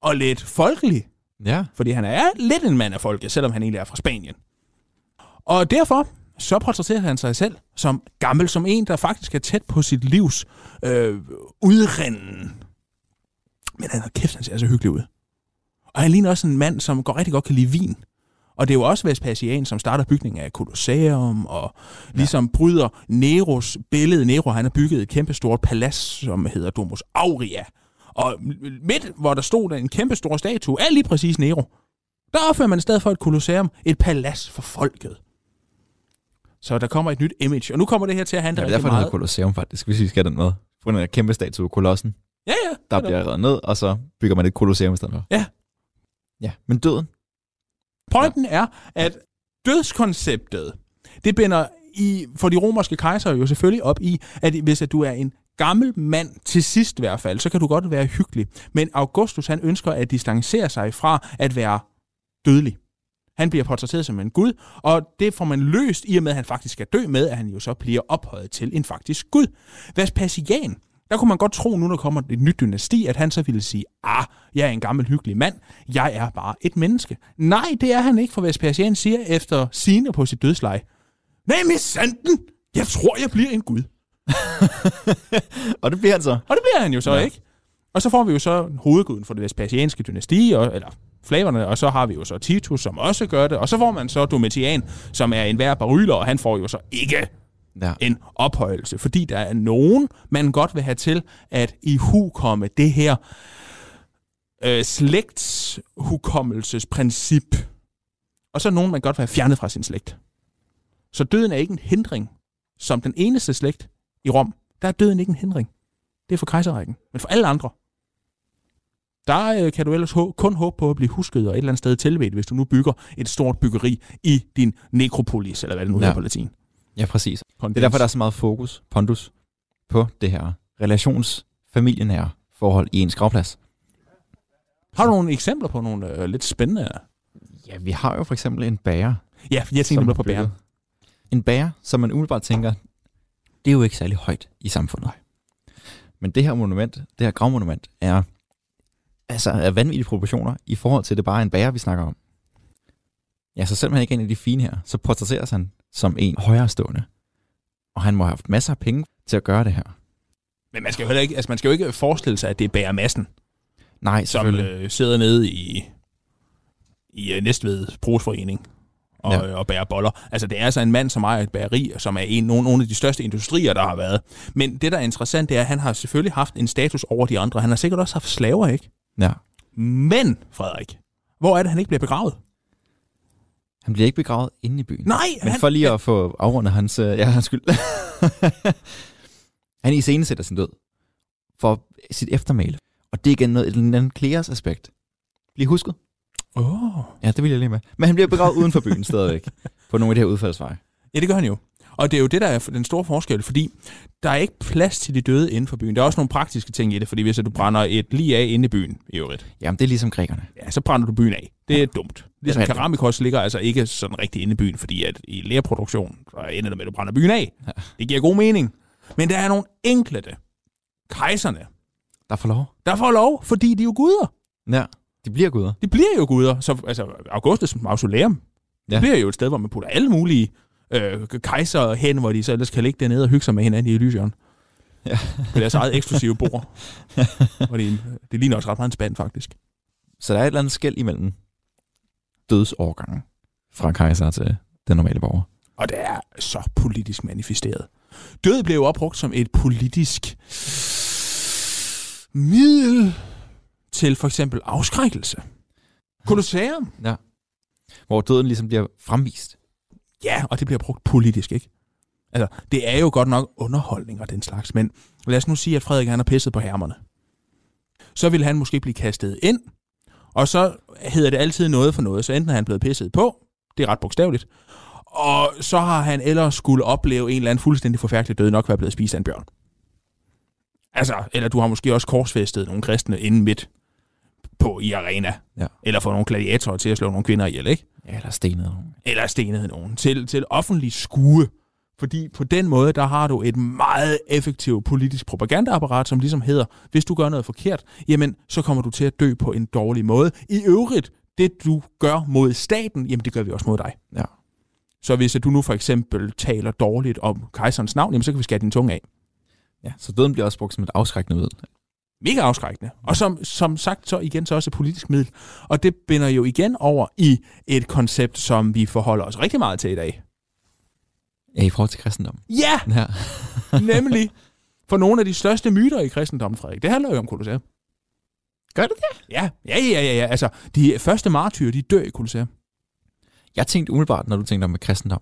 Speaker 2: og lidt folkelig,
Speaker 3: Ja.
Speaker 2: fordi han er lidt en mand af folket, selvom han egentlig er fra Spanien. Og derfor så portrætterer han sig selv som gammel, som en, der faktisk er tæt på sit livs øh, udrinden. Men han har kæft, han ser så hyggelig ud. Og han ligner også en mand, som går rigtig godt kan lide vin. Og det er jo også Vespasian, som starter bygningen af Colosseum, og ligesom bryder Neros billede. Nero, han har bygget et kæmpe stort palads, som hedder Domus Aurea. Og midt, hvor der stod en kæmpe stor statue af lige præcis Nero, der opfører man i stedet for et kolosseum et palads for folket. Så der kommer et nyt image, og nu kommer det her til at
Speaker 3: Ja,
Speaker 2: handle
Speaker 3: det er
Speaker 2: ja, rigtig
Speaker 3: derfor, det hedder
Speaker 2: meget.
Speaker 3: Colosseum faktisk, hvis vi skal have den med. På grund af den her kæmpe statue, Kolossen,
Speaker 2: Ja, ja.
Speaker 3: der bliver reddet ned, og så bygger man et Colosseum i stedet for.
Speaker 2: Ja.
Speaker 3: Ja, men døden,
Speaker 2: Pointen er, at dødskonceptet, det binder i, for de romerske kejsere jo selvfølgelig op i, at hvis at du er en gammel mand til sidst i hvert fald, så kan du godt være hyggelig. Men Augustus, han ønsker at distancere sig fra at være dødelig. Han bliver portrætteret som en gud, og det får man løst i og med, at han faktisk skal dø med, at han jo så bliver ophøjet til en faktisk gud. Vespasian, der kunne man godt tro, nu der kommer et nyt dynasti, at han så ville sige, ah, jeg er en gammel hyggelig mand, jeg er bare et menneske. Nej, det er han ikke, for Vespasian siger efter sine på sit dødsleje, nej, men sanden, jeg tror, jeg bliver en gud.
Speaker 3: og det bliver han så.
Speaker 2: Og det bliver han jo så, ja. ikke? Og så får vi jo så hovedguden for det vespasianske dynasti, og, eller flaverne, og så har vi jo så Titus, som også gør det, og så får man så Domitian, som er en værre baryler, og han får jo så ikke
Speaker 3: Ja.
Speaker 2: en ophøjelse, fordi der er nogen, man godt vil have til at ihukomme det her øh, slægtshukommelsesprincip, og så er nogen, man godt vil have fjernet fra sin slægt. Så døden er ikke en hindring. Som den eneste slægt i Rom, der er døden ikke en hindring. Det er for kejserrækken. Men for alle andre, der øh, kan du ellers hå- kun håbe på at blive husket og et eller andet sted tilvedt, hvis du nu bygger et stort byggeri i din nekropolis, eller hvad det nu
Speaker 3: Ja.
Speaker 2: ja. hedder på latin.
Speaker 3: Ja, præcis. Det er derfor, der er så meget fokus, pondus, på det her relationsfamilienære forhold i ens gravplads.
Speaker 2: Har du nogle eksempler på nogle øh, lidt spændende?
Speaker 3: Ja, vi har jo for eksempel en bager.
Speaker 2: Ja, jeg tænkte
Speaker 3: som
Speaker 2: nemlig på
Speaker 3: har bygget-
Speaker 2: bæren.
Speaker 3: En bager, som man umiddelbart tænker, det er jo ikke særlig højt i samfundet. Men det her monument, det her gravmonument, er altså af vanvittige proportioner i forhold til, at det bare er en bager, vi snakker om. Ja, så selvom han ikke er en af de fine her, så portrætteres han som en højrestående. Og han må have haft masser af penge til at gøre det her.
Speaker 2: Men man skal, jo heller ikke, altså, man skal jo ikke forestille sig, at det er bærer massen,
Speaker 3: Nej,
Speaker 2: som
Speaker 3: selvfølgelig.
Speaker 2: øh, sidder nede i, i øh, Næstved Brugsforening og,
Speaker 3: Ja.
Speaker 2: ja. og bærer boller. Altså, det er altså en mand, som ejer et bageri, og som er en, nogle, nogle af de største industrier, der har været. Men det, der er interessant, det er, at han har selvfølgelig haft en status over de andre. Han har sikkert også haft slaver, ikke?
Speaker 3: Ja.
Speaker 2: Men, Frederik, hvor er det, han ikke bliver begravet?
Speaker 3: Han bliver ikke begravet inde i byen.
Speaker 2: Nej,
Speaker 3: Men
Speaker 2: han,
Speaker 3: for lige at få afrundet hans... øh, Ja, hans skyld. han iscenesætter sin død for sit eftermæle. Og det er igen noget, et eller andet Kleas aspekt. Bliv husket.
Speaker 2: Åh.
Speaker 3: Ja, det vil jeg lige med. Men han bliver begravet uden for byen stadigvæk. På nogle af de her udfaldsveje.
Speaker 2: Ja, det gør han jo. Og det er jo det, der er den store forskel, fordi der er ikke plads til de døde inden for byen. Der er også nogle praktiske ting i det, fordi hvis at du brænder et lige af inde i byen i øvrigt,
Speaker 3: Jamen, det er ligesom grækerne.
Speaker 2: ja, så brænder du byen af. Det er ja. dumt. Ligesom
Speaker 3: Det er rigtigt.
Speaker 2: keramikos ligger altså ikke sådan rigtig inde i byen, fordi at i læreproduktion så ender det med, at du brænder byen af. Ja. Det giver god mening. Men der er nogle enkelte kejserne,
Speaker 3: Der får lov.
Speaker 2: der får lov, fordi de er jo guder.
Speaker 3: Ja, de bliver guder.
Speaker 2: De bliver jo guder. Så, altså, Augustus mausoleum, ja.
Speaker 3: Ja.
Speaker 2: det bliver jo et sted, hvor man putter alle mulige øh, kejser hen, hvor de så ellers kan ligge dernede og hygge sig med hinanden i Elysion.
Speaker 3: Ja.
Speaker 2: På deres eget eksklusive bord. og det, det ligner også ret meget en spand, faktisk.
Speaker 3: Så der er et eller andet skæld imellem dødsårgangen fra kejser til den normale borger.
Speaker 2: Og det er så politisk manifesteret. Død blev jo opbrugt som et politisk middel til for eksempel afskrækkelse. Kolosseum.
Speaker 3: Hvor døden ligesom bliver fremvist.
Speaker 2: Ja, og det bliver brugt politisk, ikke? Altså, det er jo godt nok underholdning og den slags, men lad os nu sige, at Frederik han har pisset på hermerne. Så ville han måske blive kastet ind, og så hedder det altid noget for noget, så enten er han blevet pisset på, det er ret bogstaveligt, Og så har han ellers skulle opleve en eller anden fuldstændig forfærdelig død, nok være blevet spist af en bjørn. Altså, eller du har måske også korsfæstet nogle kristne inden midt på i arena.
Speaker 3: Ja.
Speaker 2: Eller fået nogle gladiatorer til at slå nogle kvinder ihjel, ikke?
Speaker 3: Ja, eller stenet nogen.
Speaker 2: Eller stenet nogen til, til offentlig skue. Fordi på den måde, der har du et meget effektivt politisk propagandaapparat, som ligesom hedder, hvis du gør noget forkert, jamen, så kommer du til at dø på en dårlig måde. I øvrigt, det du gør mod staten, jamen, det gør vi også mod dig.
Speaker 3: Ja.
Speaker 2: Så hvis at du nu for eksempel taler dårligt om kejserens navn, jamen, så kan vi skære din tunge af.
Speaker 3: ja. Så døden bliver også brugt som et afskrækkende middel.
Speaker 2: mega afskrækkende. Og som, som sagt så igen så også et politisk middel. Og det binder jo igen over i et koncept, som vi forholder os rigtig meget til i dag.
Speaker 3: Ja, i forhold til kristendom.
Speaker 2: Ja,
Speaker 3: Ja.
Speaker 2: nemlig for nogle af de største myter i kristendommen, Frederik. Det handler jo om Colosseum.
Speaker 3: Gør det
Speaker 2: det? Ja, ja, ja, ja. ja. Altså, de første martyrer, de dør i Colosseum.
Speaker 3: Jeg tænkte umiddelbart, når du tænkte om kristendom,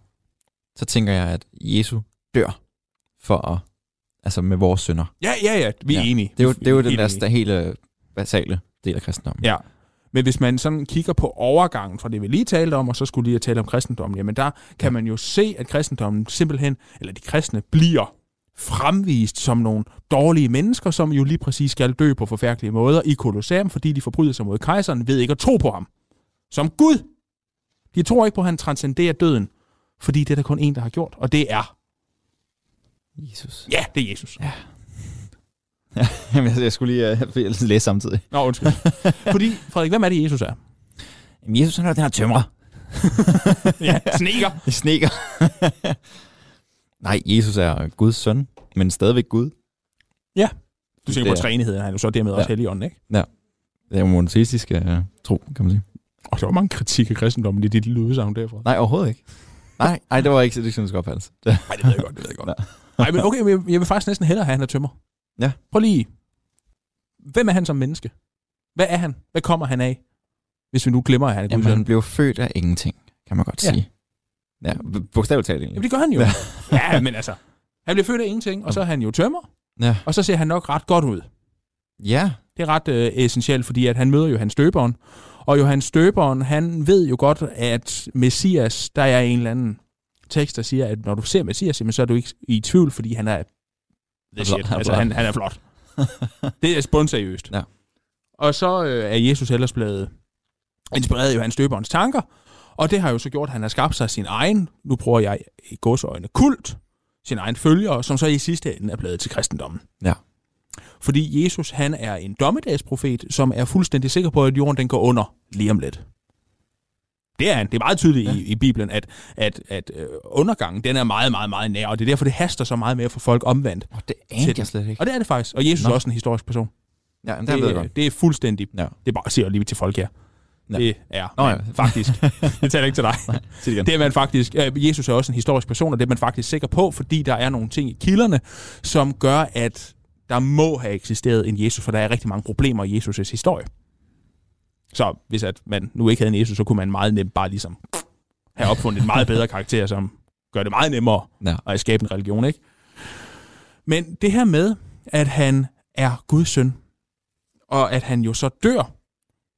Speaker 3: så tænker jeg, at Jesu dør for at, altså med vores synder.
Speaker 2: Ja, ja, ja, vi er
Speaker 3: Ja,
Speaker 2: enige.
Speaker 3: Det er jo,
Speaker 2: Vi
Speaker 3: det er jo den
Speaker 2: helt
Speaker 3: der,
Speaker 2: enige.
Speaker 3: der hele basale del af kristendommen.
Speaker 2: Ja. Men hvis man sådan kigger på overgangen fra det, vi lige talte om, og så skulle lige at tale om kristendommen, jamen der kan man jo se, at kristendommen simpelthen, eller de kristne, bliver fremvist som nogle dårlige mennesker, som jo lige præcis skal dø på forfærdelige måder i Kolosseum, fordi de forbryder sig mod kejseren ved ikke at tro på ham. Som Gud! De tror ikke på, at han transcenderer døden, fordi det er der kun en, der har gjort, og det er,
Speaker 3: Jesus.
Speaker 2: ja, det er Jesus.
Speaker 3: Jamen, altså, jeg skulle lige uh, læse samtidig.
Speaker 2: Nå, undskyld. fordi, Frederik, hvem er det, Jesus er?
Speaker 3: Jamen, Jesus han er jo den her tømrer.
Speaker 2: Ja, sneker.
Speaker 3: Sneker. Nej, Jesus er Guds søn, men stadigvæk Gud.
Speaker 2: Du tænker på
Speaker 3: Det er-
Speaker 2: træenigheden, han er jo så dermed også
Speaker 3: Ja.
Speaker 2: helligånden, ikke?
Speaker 3: Det er jo monoteistisk uh, tro, kan man sige.
Speaker 2: Og der var mange kritik af kristendommen i dit lille udsagn derfra.
Speaker 3: Nej, overhovedet ikke. Nej, nej, det var ikke det, synes jeg opfattes.
Speaker 2: Nej, det ved jeg godt, det ved jeg godt. Nej, men okay, men jeg- jeg vil faktisk næsten hellere have, at han er tømmer.
Speaker 3: Ja.
Speaker 2: Prøv lige. Hvem er han som menneske? Hvad er han? Hvad kommer han af? Hvis vi nu glemmer, at han er Guds
Speaker 3: Jamen,
Speaker 2: søn.
Speaker 3: han blev født af ingenting, kan man godt
Speaker 2: Ja.
Speaker 3: ja. sige. Ja, b- bogstaveligt talt egentlig.
Speaker 2: Jamen, det gør han jo. ja, men altså. Han bliver født af ingenting, og så er han jo tømmer.
Speaker 3: Ja.
Speaker 2: Og så ser han nok ret godt ud.
Speaker 3: Ja,
Speaker 2: Det er ret øh, essentielt, fordi at han møder Johannes Døberen. Og Johannes Døberen, han ved jo godt, at Messias, der er en eller anden tekst, der siger, at når du ser Messias, jamen, så er du ikke i tvivl, fordi han er the
Speaker 3: Han er
Speaker 2: shit.
Speaker 3: flot.
Speaker 2: Altså, han, han er flot. det er bundseriøst.
Speaker 3: Ja.
Speaker 2: Og så øh, er Jesus ellers blevet inspireret af Johannes Døberens tanker, og det har jo så gjort, at han har skabt sig sin egen, nu prøver jeg i godsøjne, kult, sin egen følgere, som så i sidste ende er blevet til kristendommen.
Speaker 3: Ja.
Speaker 2: Fordi Jesus, han er en dommedagsprofet, som er fuldstændig sikker på, at jorden den går under lige om lidt. Det er han. Det er meget tydeligt ja. i, i Bibelen, at, at, at øh, undergangen, den er meget, meget, meget nær, og det er derfor, det haster så meget med at få folk omvendt.
Speaker 3: oh, det
Speaker 2: Til
Speaker 3: anede
Speaker 2: den.
Speaker 3: jeg slet ikke.
Speaker 2: Og det er det faktisk. Og Jesus Nå.
Speaker 3: Nå.
Speaker 2: er også en historisk person.
Speaker 3: Ja, jamen, det, det ved jeg godt.
Speaker 2: Det, det er fuldstændig.
Speaker 3: Ja.
Speaker 2: Det er bare, siger jeg lige til folk her. Ja.
Speaker 3: Ja.
Speaker 2: Det er
Speaker 3: Nå ja.
Speaker 2: man faktisk. det taler ikke til dig.
Speaker 3: Sig det igen.
Speaker 2: Det er man faktisk, øh, Jesus er også en historisk person, og det er man faktisk sikker på, fordi der er nogle ting i kilderne, som gør, at der må have eksisteret en Jesus, for der er rigtig mange problemer i Jesus' historie. Så hvis at man nu ikke havde en Jesus, så kunne man meget nemt bare ligesom have opfundet en meget bedre karakter, som gør det meget nemmere
Speaker 3: Ja.
Speaker 2: at skabe en religion, ikke? Men det her med, at han er Guds søn, og at han jo så dør,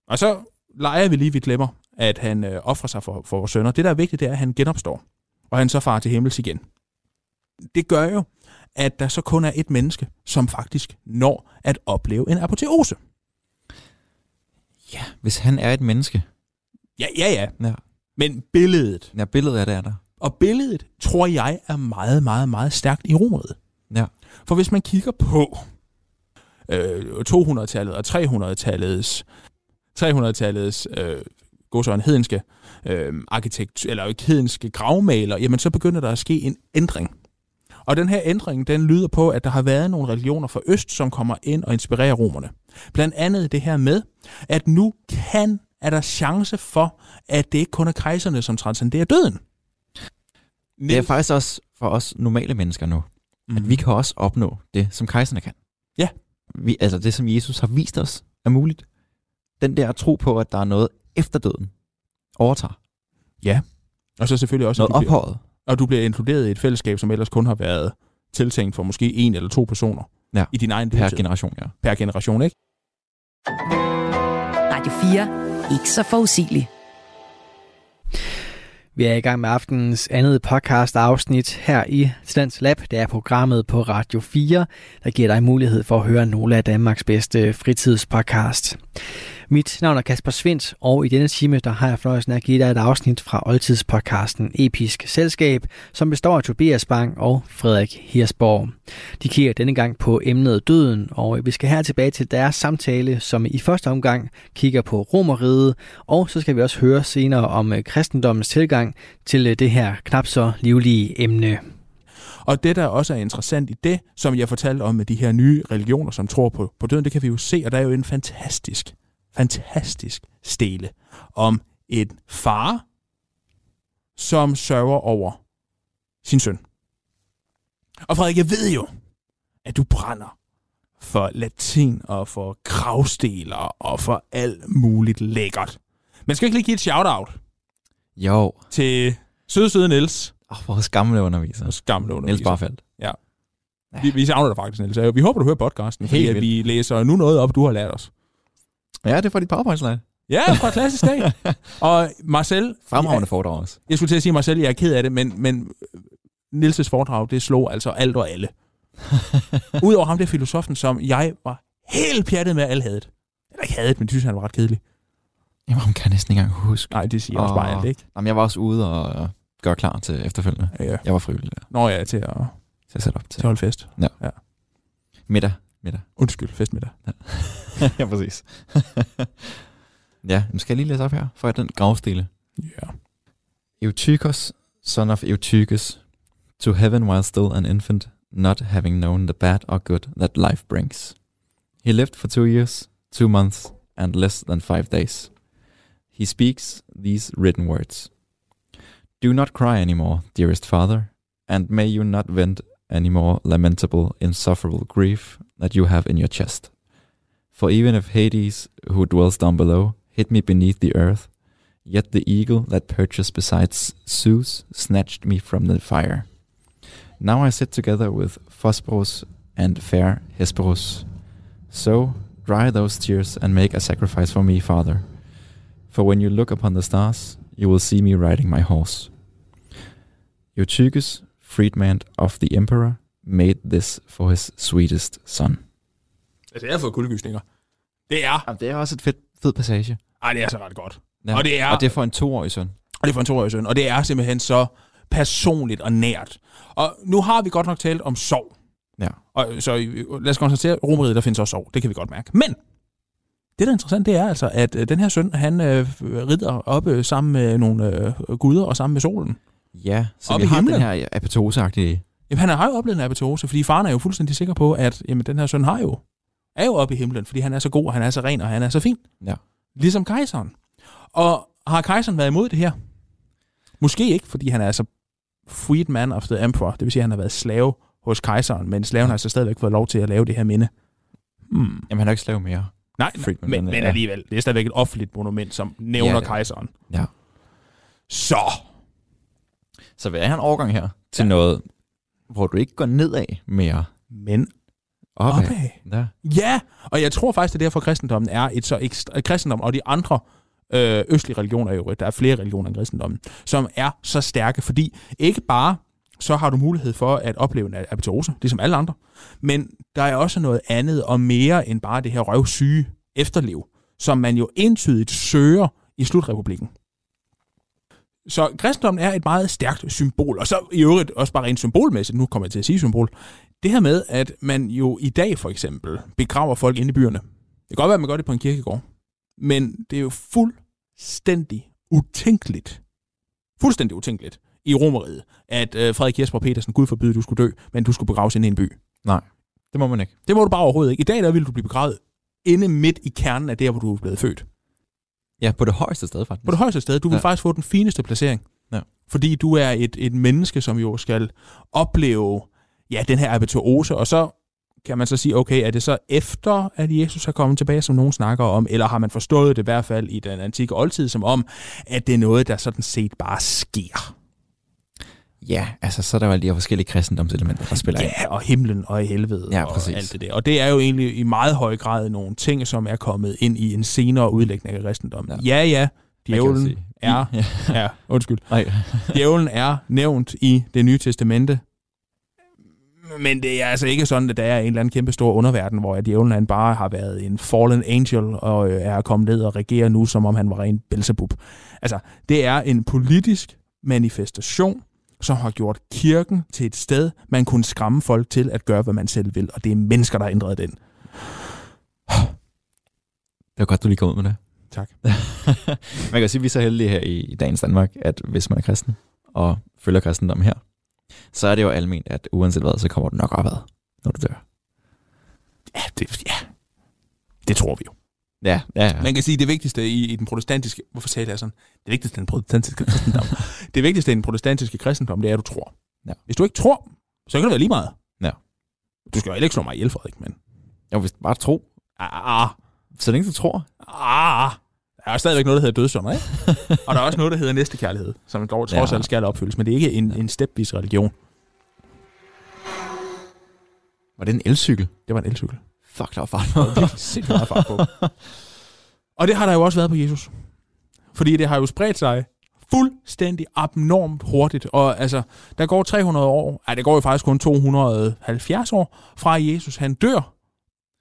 Speaker 2: og så leger vi lige, vi glemmer, at han øh, offrer sig for, for vores sønner. Det, der er vigtigt, det er, at han genopstår, og han så farer til himmels igen. Det gør jo, at der så kun er et menneske, som faktisk når at opleve en apoteose.
Speaker 3: ja, hvis han er et menneske.
Speaker 2: Ja, ja, ja.
Speaker 3: Ja.
Speaker 2: Men billedet,
Speaker 3: Ja, billedet af det er der.
Speaker 2: og billedet, tror jeg, er meget, meget, meget stærkt i Romeriet.
Speaker 3: Ja.
Speaker 2: For hvis man kigger på øh, 200-tallet og 300-tallets 300-tallets øh, godsøjen hedenske øh, arkitekt, eller ikke hedenske gravmaler, jamen så begynder der at ske en ændring. Og den her ændring, den lyder på, at der har været nogle religioner fra øst, som kommer ind og inspirerer romerne. Blandt andet det her med, at nu kan, er der chance for, at det ikke kun er kejserne, som transcenderer døden.
Speaker 3: Det er faktisk også for os normale mennesker nu, mm. at vi kan også opnå det, som kejserne kan.
Speaker 2: Mhm. Ja.
Speaker 3: Vi, altså det, som Jesus har vist os, er muligt. Den der tro på, at der er noget efter døden, overtager.
Speaker 2: Og så selvfølgelig også, at
Speaker 3: Noget
Speaker 2: du, bliver,
Speaker 3: ophøjet.
Speaker 2: og du bliver inkluderet i et fællesskab, som ellers kun har været tiltænkt for måske en eller to personer
Speaker 3: Ja.
Speaker 2: i din egen
Speaker 3: Per
Speaker 2: levetid.
Speaker 3: generation, ja.
Speaker 2: per generation, ikke?
Speaker 4: Radio 4. Ikke så forudsigelig.
Speaker 1: Vi er i gang med aftenens andet podcast afsnit her i Stans Lab. Det er programmet på Radio 4, der giver dig mulighed for at høre nogle af Danmarks bedste fritidspodcast. Mit navn er Kasper Svindt, og i denne time der har jeg fornøjelsen af at give dig et afsnit fra oldtidspodcasten Episk Selskab, som består af Tobias Bang og Frederik Hirsborg. De kigger denne gang på emnet døden, og vi skal her tilbage til deres samtale, som i første omgang kigger på romeriet, og så skal vi også høre senere om øh, kristendommens tilgang til øh, det her knap så livlige emne.
Speaker 2: Og det, der også er interessant i det, som jeg fortalte om med de her nye religioner, som tror på, på døden, det kan vi jo se, og der er jo en fantastisk, fantastisk stele om et far, som sørger over sin søn. Og Frederik, jeg ved jo, at du brænder for latin og for kravsteler og for alt muligt lækkert. Men skal vi ikke lige give et shout-out
Speaker 3: Jo.
Speaker 2: til søde, søde Niels?
Speaker 3: Åh, hvor skammende underviser.
Speaker 2: Gamle underviser.
Speaker 3: Niels Barfeldt.
Speaker 2: Vi, vi savner dig faktisk, Niels. Vi håber, du hører podcasten, fordi
Speaker 3: Helt
Speaker 2: at vi læser nu noget op, du har lært os.
Speaker 3: Ja, det er fra dit powerpoint-slide.
Speaker 2: Ja, fra klassisk dag. Og Marcel...
Speaker 3: Fremragende foredrag også.
Speaker 2: Jeg, jeg skulle til at sige Marcel, jeg er ked af det, men, men Nils' foredrag, det slog altså alt og alle. Udover ham, det er filosofen, som jeg var helt pjattet med, at alle havde det. Eller ikke havde det, men synes, han var ret kedelig.
Speaker 3: Jamen, hun kan jeg næsten ikke engang huske.
Speaker 2: Nej, det siger også
Speaker 3: Åh.
Speaker 2: bare alt, ikke?
Speaker 3: Jamen, jeg var også ude og øh, gøre klar til efterfølgende.
Speaker 2: Ja.
Speaker 3: Jeg var frivillig der,
Speaker 2: Nå ja, til at,
Speaker 3: til at sætte op
Speaker 2: til
Speaker 3: til
Speaker 2: at holde fest.
Speaker 3: middag.
Speaker 2: Undskyld, fest med dig.
Speaker 3: ja, præcis. ja, men skal jeg lige læse op her, for at den gravstille.
Speaker 2: Ja.
Speaker 3: Eutychus, son of Eutychus, to heaven while still an infant, not having known the bad or good that life brings. He lived for two years, two months, and less than five days. He speaks these written words Do not cry anymore, dearest father, and may you not vent any more lamentable, insufferable grief that you have in your chest. For even if Hades, who dwells down below, hid me beneath the earth, Yet the eagle that perched beside Zeus snatched me from the fire. Now I sit together with Phosphorus and fair Hesperus. So dry those tears and make a sacrifice for me, father. For when you look upon the stars, you will see me riding my horse. Eutychus, freedman of the emperor, made this for his sweetest son.
Speaker 2: Altså, jeg har fået kuldegysninger. Det er...
Speaker 3: Jamen, det er også et fedt, fed passage.
Speaker 2: Ej, det er så ret godt.
Speaker 3: Ja.
Speaker 2: Og det er-
Speaker 3: og det er for en toårig søn.
Speaker 2: Og det er for en toårig søn. Og det er simpelthen så personligt og nært. Og nu har vi godt nok talt om sorg.
Speaker 3: Ja.
Speaker 2: Og, øh, så øh, lad os konstatere, at romeriet, der findes også sorg. Det kan vi godt mærke. Men det, der er interessant, det er altså, at øh, den her søn, han øh, rider op øh, sammen med nogle øh, guder og sammen med solen.
Speaker 3: Ja, så
Speaker 2: Op
Speaker 3: vi
Speaker 2: i
Speaker 3: har
Speaker 2: himlen.
Speaker 3: den her apatose-agtige
Speaker 2: Jamen, han har jo oplevet en apetose, fordi faren er jo fuldstændig sikker på, at jamen, den her søn har jo, er jo oppe i himlen, fordi han er så god, og han er så ren, og han er så fin.
Speaker 3: Ja.
Speaker 2: Ligesom kejseren. Og har kejseren været imod det her? Måske ikke, fordi han er altså freedman of the emperor, det vil sige, at han har været slave hos kejseren, men slaven har altså stadigvæk fået lov til at lave det her minde. Hmm.
Speaker 3: Jamen, han er ikke slave mere.
Speaker 2: Nej,
Speaker 3: Freedman,
Speaker 2: men,
Speaker 3: men,
Speaker 2: men
Speaker 3: ja.
Speaker 2: alligevel, det er stadigvæk et offentligt monument, som nævner
Speaker 3: Ja,
Speaker 2: ja,
Speaker 3: det-
Speaker 2: kejseren.
Speaker 3: Ja.
Speaker 2: Så,
Speaker 3: Så hvad er han overgang her til ja. noget, hvor du ikke går nedad mere?
Speaker 2: men
Speaker 3: Opad.
Speaker 2: opad.
Speaker 3: Ja.
Speaker 2: Ja, og jeg tror faktisk, det er derfor, kristendommen er et så ekstra... Kristendommen og de andre øh, østlige religioner i øvrigt, der er flere religioner end kristendommen, som er så stærke, fordi ikke bare så har du mulighed for at opleve en apetose, ligesom alle andre, men der er også noget andet og mere end bare det her røvsyge efterliv, som man jo entydigt søger i slutrepublikken. Så kristendommen er et meget stærkt symbol, og så i øvrigt også bare rent symbolmæssigt, nu kommer jeg til at sige symbol, det her med, at man jo i dag for eksempel begraver folk inde i byerne. Det kan godt være, at man gør det på en kirkegård. Men det er jo fuldstændig utænkeligt. Fuldstændig utænkeligt i Romeriet, at øh, Frederik Jesper Petersen, Gud forbyde, du skulle dø, men du skulle begraves inde i en by.
Speaker 3: Det må man ikke.
Speaker 2: Det må du bare overhovedet ikke. I dag der vil du blive begravet inde midt i kernen af der, hvor du er blevet født.
Speaker 3: Ja, på det højeste sted faktisk.
Speaker 2: På det højeste sted. Du vil
Speaker 3: Ja.
Speaker 2: ja. faktisk få den fineste placering.
Speaker 3: Ja.
Speaker 2: Fordi du er et, et menneske, som jo skal opleve ja, den her apoteose, og så kan man så sige, okay, er det så efter, at Jesus er kommet tilbage, som nogen snakker om, eller har man forstået det i hvert fald i den antikke oldtid, som om, at det er noget, der sådan set bare sker.
Speaker 3: Ja, altså så er der jo alle de her forskellige kristendomselementer, der spiller ind.
Speaker 2: Ja, og himlen og i helvede
Speaker 3: Ja,
Speaker 2: og
Speaker 3: præcis.
Speaker 2: alt det der. Og det er jo egentlig i meget høj grad nogle ting, som er kommet ind i en senere udlægning af kristendommen. Ja, ja, ja
Speaker 3: man kan jo
Speaker 2: djævlen
Speaker 3: sige.
Speaker 2: er,
Speaker 3: Ja.
Speaker 2: ja, undskyld,
Speaker 3: Nej.
Speaker 2: djævlen er nævnt i det nye testamente, men det er altså ikke sådan, at der er en eller anden kæmpe stor underverden, hvor at djævlen han bare har været en fallen angel og øh, er kommet ned og regerer nu, som om han var ren Belzebub. Altså, det er en politisk manifestation, som har gjort kirken til et sted, man kunne skræmme folk til at gøre, hvad man selv vil, og det er mennesker, der har ændret den.
Speaker 3: Det var godt, du lige kom ud med det.
Speaker 2: Tak.
Speaker 3: man kan jo sige, at vi er så heldige her i, i dagens Danmark, at hvis man er kristen og følger kristendommen her, så er det jo almindeligt, at uanset hvad, så kommer du nok opad, når du dør.
Speaker 2: Ja, det, ja. det tror vi jo.
Speaker 3: Ja, ja, ja.
Speaker 2: Man kan sige, at det vigtigste i, i den protestantiske... Hvorfor sagde jeg sådan? Det vigtigste i den protestantiske kristendom. det vigtigste i den protestantiske kristendom, det er, at du tror.
Speaker 3: Ja.
Speaker 2: Hvis du ikke tror, så kan det være lige meget.
Speaker 3: Ja.
Speaker 2: Du skal jo heller ikke slå mig ihjel, Frederik, men...
Speaker 3: Jo, hvis bare tro.
Speaker 2: Ah,
Speaker 3: Så længe du tror.
Speaker 2: ah, ah. Der er jo stadigvæk noget, der hedder dødssynder, ikke? og der er også noget, der hedder næstekærlighed, som dog trods
Speaker 3: Ja.
Speaker 2: alt skal opfyldes, men det er ikke en, en stepvis religion.
Speaker 3: Var det en elcykel?
Speaker 2: Det var en elcykel.
Speaker 3: Fuck, der var fart på.
Speaker 2: virkelig sindssygt meget fart på. Og det har der jo også været på Jesus. Fordi det har jo spredt sig fuldstændig abnormt hurtigt. Og altså, der går 300 år, ej, det går jo faktisk kun 270 år, fra Jesus han dør,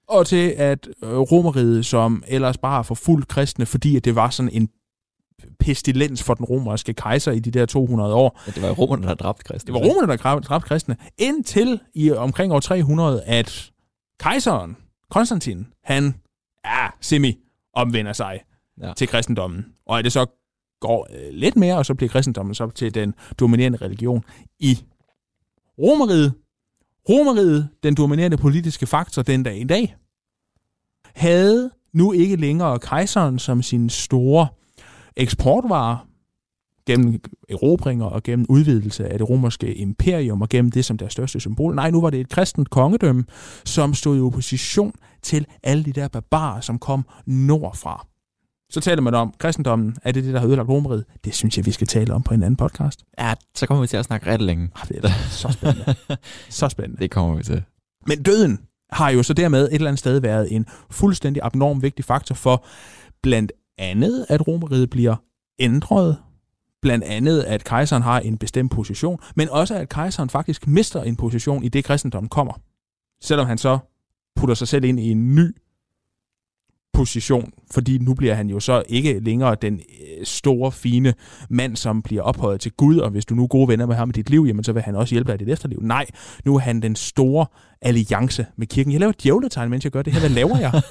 Speaker 2: og til at øh, romeriet, som ellers bare har forfulgt kristne, fordi at det var sådan en pestilens for den romerske kejser i de der 200 år,
Speaker 3: Ja, det var jo romerne, der havde dræbt Kristus.
Speaker 2: det var romerne, der dræb- dræbte kristne. Indtil i omkring år 300, at kejseren, Konstantin, han ja, semi omvender sig
Speaker 3: Ja.
Speaker 2: ja. til kristendommen. Og at det så går øh, lidt mere, og så bliver kristendommen så til den dominerende religion i Romeriet. Romeriet, den dominerende politiske faktor den dag i dag, havde nu ikke længere kejseren som sin store eksportvare, gennem erobringer og gennem udvidelse af det romerske imperium og gennem det som deres største symbol. Nej, nu var det et kristent kongedømme, som stod i opposition til alle de der barbarer, som kom nordfra. Så taler man om kristendommen. Er det det, der har ødelagt romeriet? Det synes jeg, vi skal tale om på en anden podcast.
Speaker 3: Ja, så kommer vi til at snakke ret længe.
Speaker 2: Ah, det er da så spændende. Så spændende.
Speaker 3: Det kommer vi til.
Speaker 2: Men døden har jo så dermed et eller andet sted været en fuldstændig abnorm vigtig faktor for blandt andet, at romeriet bliver ændret, blandt andet, at kejseren har en bestemt position, men også, at kejseren faktisk mister en position i det, kristendommen kommer. Selvom han så putter sig selv ind i en ny position, fordi nu bliver han jo så ikke længere den øh, store, fine mand, som bliver ophøjet til Gud, og hvis du nu er gode venner med ham i dit liv, jamen så vil han også hjælpe dig i dit efterliv. Nej, nu er han den store alliance med kirken. Jeg laver et djævletegn, mens jeg gør det her. Hvad laver jeg?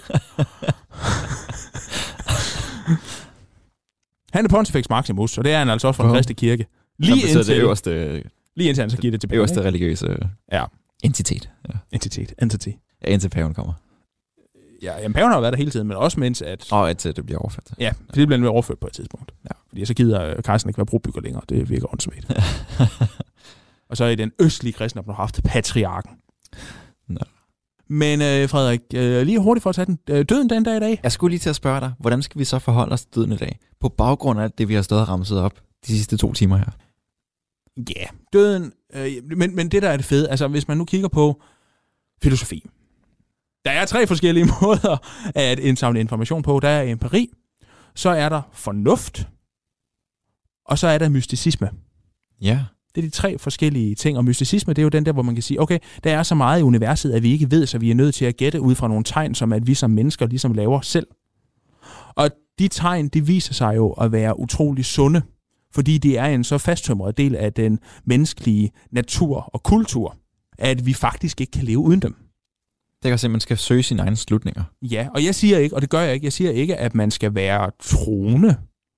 Speaker 2: han er Pontifex Maximus, og det er han altså også fra den
Speaker 3: Wow.
Speaker 2: kristne kirke.
Speaker 3: Som
Speaker 2: Lige
Speaker 3: besidder
Speaker 2: indtil,
Speaker 3: det øverste,
Speaker 2: lige indtil han så giver det tilbage.
Speaker 3: øverste
Speaker 2: ikke?
Speaker 3: religiøse
Speaker 2: Ja.
Speaker 3: entitet. Ja.
Speaker 2: Entitet. Entity.
Speaker 3: Ja, Indtil paven kommer.
Speaker 2: Ja, jamen, paven har jo været der hele tiden, men også mens at...
Speaker 3: Og at øh, det bliver overført.
Speaker 2: Ja, det bliver nemlig overført på et tidspunkt.
Speaker 3: Ja.
Speaker 2: Fordi så gider øh, Carsten ikke være brobygger længere. Det virker åndssvagt. Og så i den østlige kristendom, du har haft patriarken.
Speaker 3: Nå.
Speaker 2: Men øh, Frederik, øh, lige hurtigt for at tage den. Øh, døden den dag i dag?
Speaker 3: Jeg skulle lige til at spørge dig, hvordan skal vi så forholde os til døden i dag? På baggrund af alt det, vi har stået og ramset op de sidste to timer her.
Speaker 2: Ja. Yeah. Døden, øh, men, men det der er det fede, altså hvis man nu kigger på filosofi. Der er tre forskellige måder at indsamle information på. Der er empiri, så er der fornuft, og så er der mysticisme.
Speaker 3: Ja.
Speaker 2: Det er de tre forskellige ting, og mysticisme, det er jo den der, hvor man kan sige, okay, der er så meget i universet, at vi ikke ved, så vi er nødt til at gætte ud fra nogle tegn, som at vi som mennesker ligesom laver selv. Og de tegn, de viser sig jo at være utrolig sunde, fordi det er en så fasttømret del af den menneskelige natur og kultur, at vi faktisk ikke kan leve uden dem.
Speaker 3: Det kan også at man skal søge sine egne slutninger.
Speaker 2: Ja, og jeg siger ikke, og det gør jeg ikke, jeg siger ikke, at man skal være troende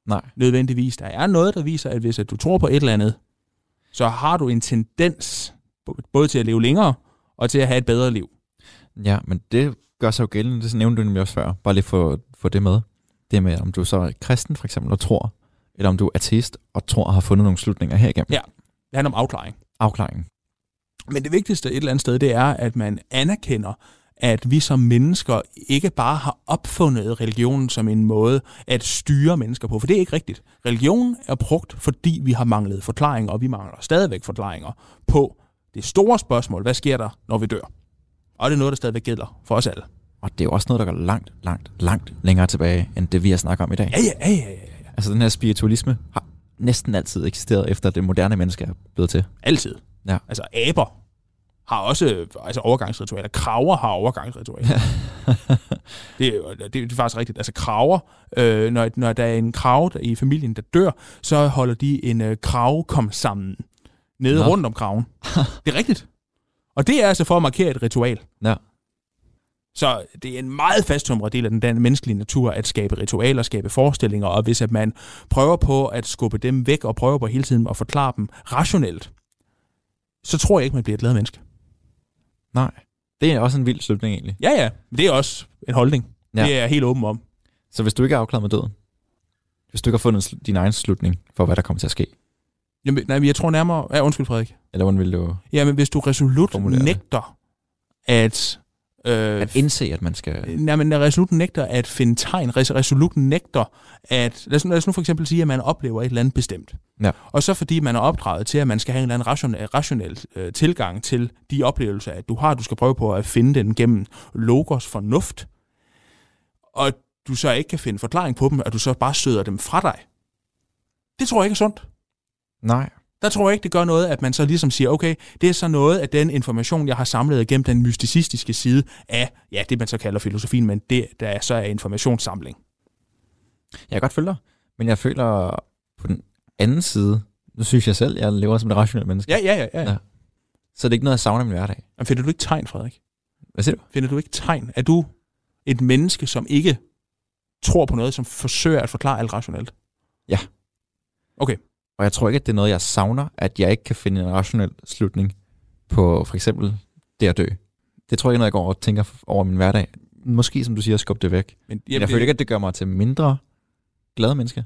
Speaker 3: Nej.
Speaker 2: nødvendigvis. Der er noget, der viser, at hvis at du tror på et eller andet, så har du en tendens b- både til at leve længere og til at have et bedre liv.
Speaker 3: Ja, men det gør sig jo gældende. Det nævnte du nemlig også før. Bare lige for, for det med. Det med, om du så er kristen for eksempel og tror, eller om du er ateist og tror og har fundet nogle slutninger her igennem.
Speaker 2: Ja. Det handler om afklaring.
Speaker 3: Afklaringen.
Speaker 2: Men det vigtigste et eller andet sted, det er, at man anerkender, at vi som mennesker ikke bare har opfundet religionen som en måde at styre mennesker på, for det er ikke rigtigt. Religionen er brugt, fordi vi har manglet forklaringer, og vi mangler stadigvæk forklaringer på det store spørgsmål, hvad sker der, når vi dør? Og det er noget, der stadigvæk gælder for os alle.
Speaker 3: Og det er jo også noget, der går langt, langt, langt længere tilbage, end det vi har snakket om i dag.
Speaker 2: Ja, ja, ja, ja, ja, ja.
Speaker 3: Altså den her spiritualisme har næsten altid eksisteret, efter det moderne menneske er blevet til.
Speaker 2: Altid.
Speaker 3: Ja.
Speaker 2: Altså aber har også øh, altså overgangsritualer. Kraver har overgangsritualer. det, er, jo- det, det er faktisk rigtigt. Altså kraver, øh, når, når der er en krav der, i familien, der dør, så holder de en øh, kravkom sammen nede
Speaker 3: Nå.
Speaker 2: rundt om kraven. det er rigtigt. Og det er altså for at markere et ritual.
Speaker 3: Ja.
Speaker 2: Så det er en meget fasttømret del af den dan- menneskelige natur at skabe ritualer, skabe forestillinger, og hvis at man prøver på at skubbe dem væk og prøver på hele tiden at forklare dem rationelt, så tror jeg ikke, man bliver et glad menneske.
Speaker 3: Nej. Det er også en vild slutning egentlig.
Speaker 2: Ja, ja, men det er også en holdning. Ja.
Speaker 3: Ja.
Speaker 2: Det er jeg helt åben om.
Speaker 3: Så hvis du ikke er afklaret med døden, hvis du ikke har fundet sl- din egen slutning for, hvad der kommer til at ske,
Speaker 2: Jamen, nej, men jeg tror nærmere... Ja, undskyld, Frederik.
Speaker 3: eller hvordan vil du
Speaker 2: Jamen, hvis du resolut
Speaker 3: Formulér det.
Speaker 2: nægter at... Øh,
Speaker 3: at indse, at man skal...
Speaker 2: Nej, men resolut nægter at finde tegn. Res- Resolut nægter at... Lad os, lad os nu for eksempel sige, at man oplever et eller andet bestemt.
Speaker 3: Ja.
Speaker 2: Og så fordi man er opdraget til, at man skal have en eller anden rationel, rationel øh, tilgang til de oplevelser, at du har. Du skal prøve på at finde den gennem logos fornuft. Og du så ikke kan finde forklaring på dem, og du så bare søder dem fra dig. Det tror jeg ikke er sundt.
Speaker 3: Nej.
Speaker 2: Der tror jeg ikke, det gør noget, at man så ligesom siger, okay, det er så noget af den information, jeg har samlet gennem den mysticistiske side af, ja, det man så kalder filosofien, men det, der så er informationssamling.
Speaker 3: Jeg kan godt følge dig, men jeg føler på den anden side, nu synes jeg selv, jeg lever som et rationelt menneske,
Speaker 2: Ja, ja, ja. ja. ja.
Speaker 3: Ja. så det er ikke noget, jeg savner i min hverdag.
Speaker 2: Men finder du ikke tegn, Frederik?
Speaker 3: Hvad siger du?
Speaker 2: Finder du ikke tegn? Er du et menneske, som ikke tror på noget, som forsøger at forklare alt rationelt?
Speaker 3: Og jeg tror ikke, at det er noget, jeg savner, at jeg ikke kan finde en rationel slutning på for eksempel det at dø. Det tror jeg ikke, når jeg går og tænker f- over min hverdag. Måske, som du siger, skubbe det væk. Jamen,
Speaker 2: Men,
Speaker 3: jeg føler ikke, at det gør mig til mindre glad menneske.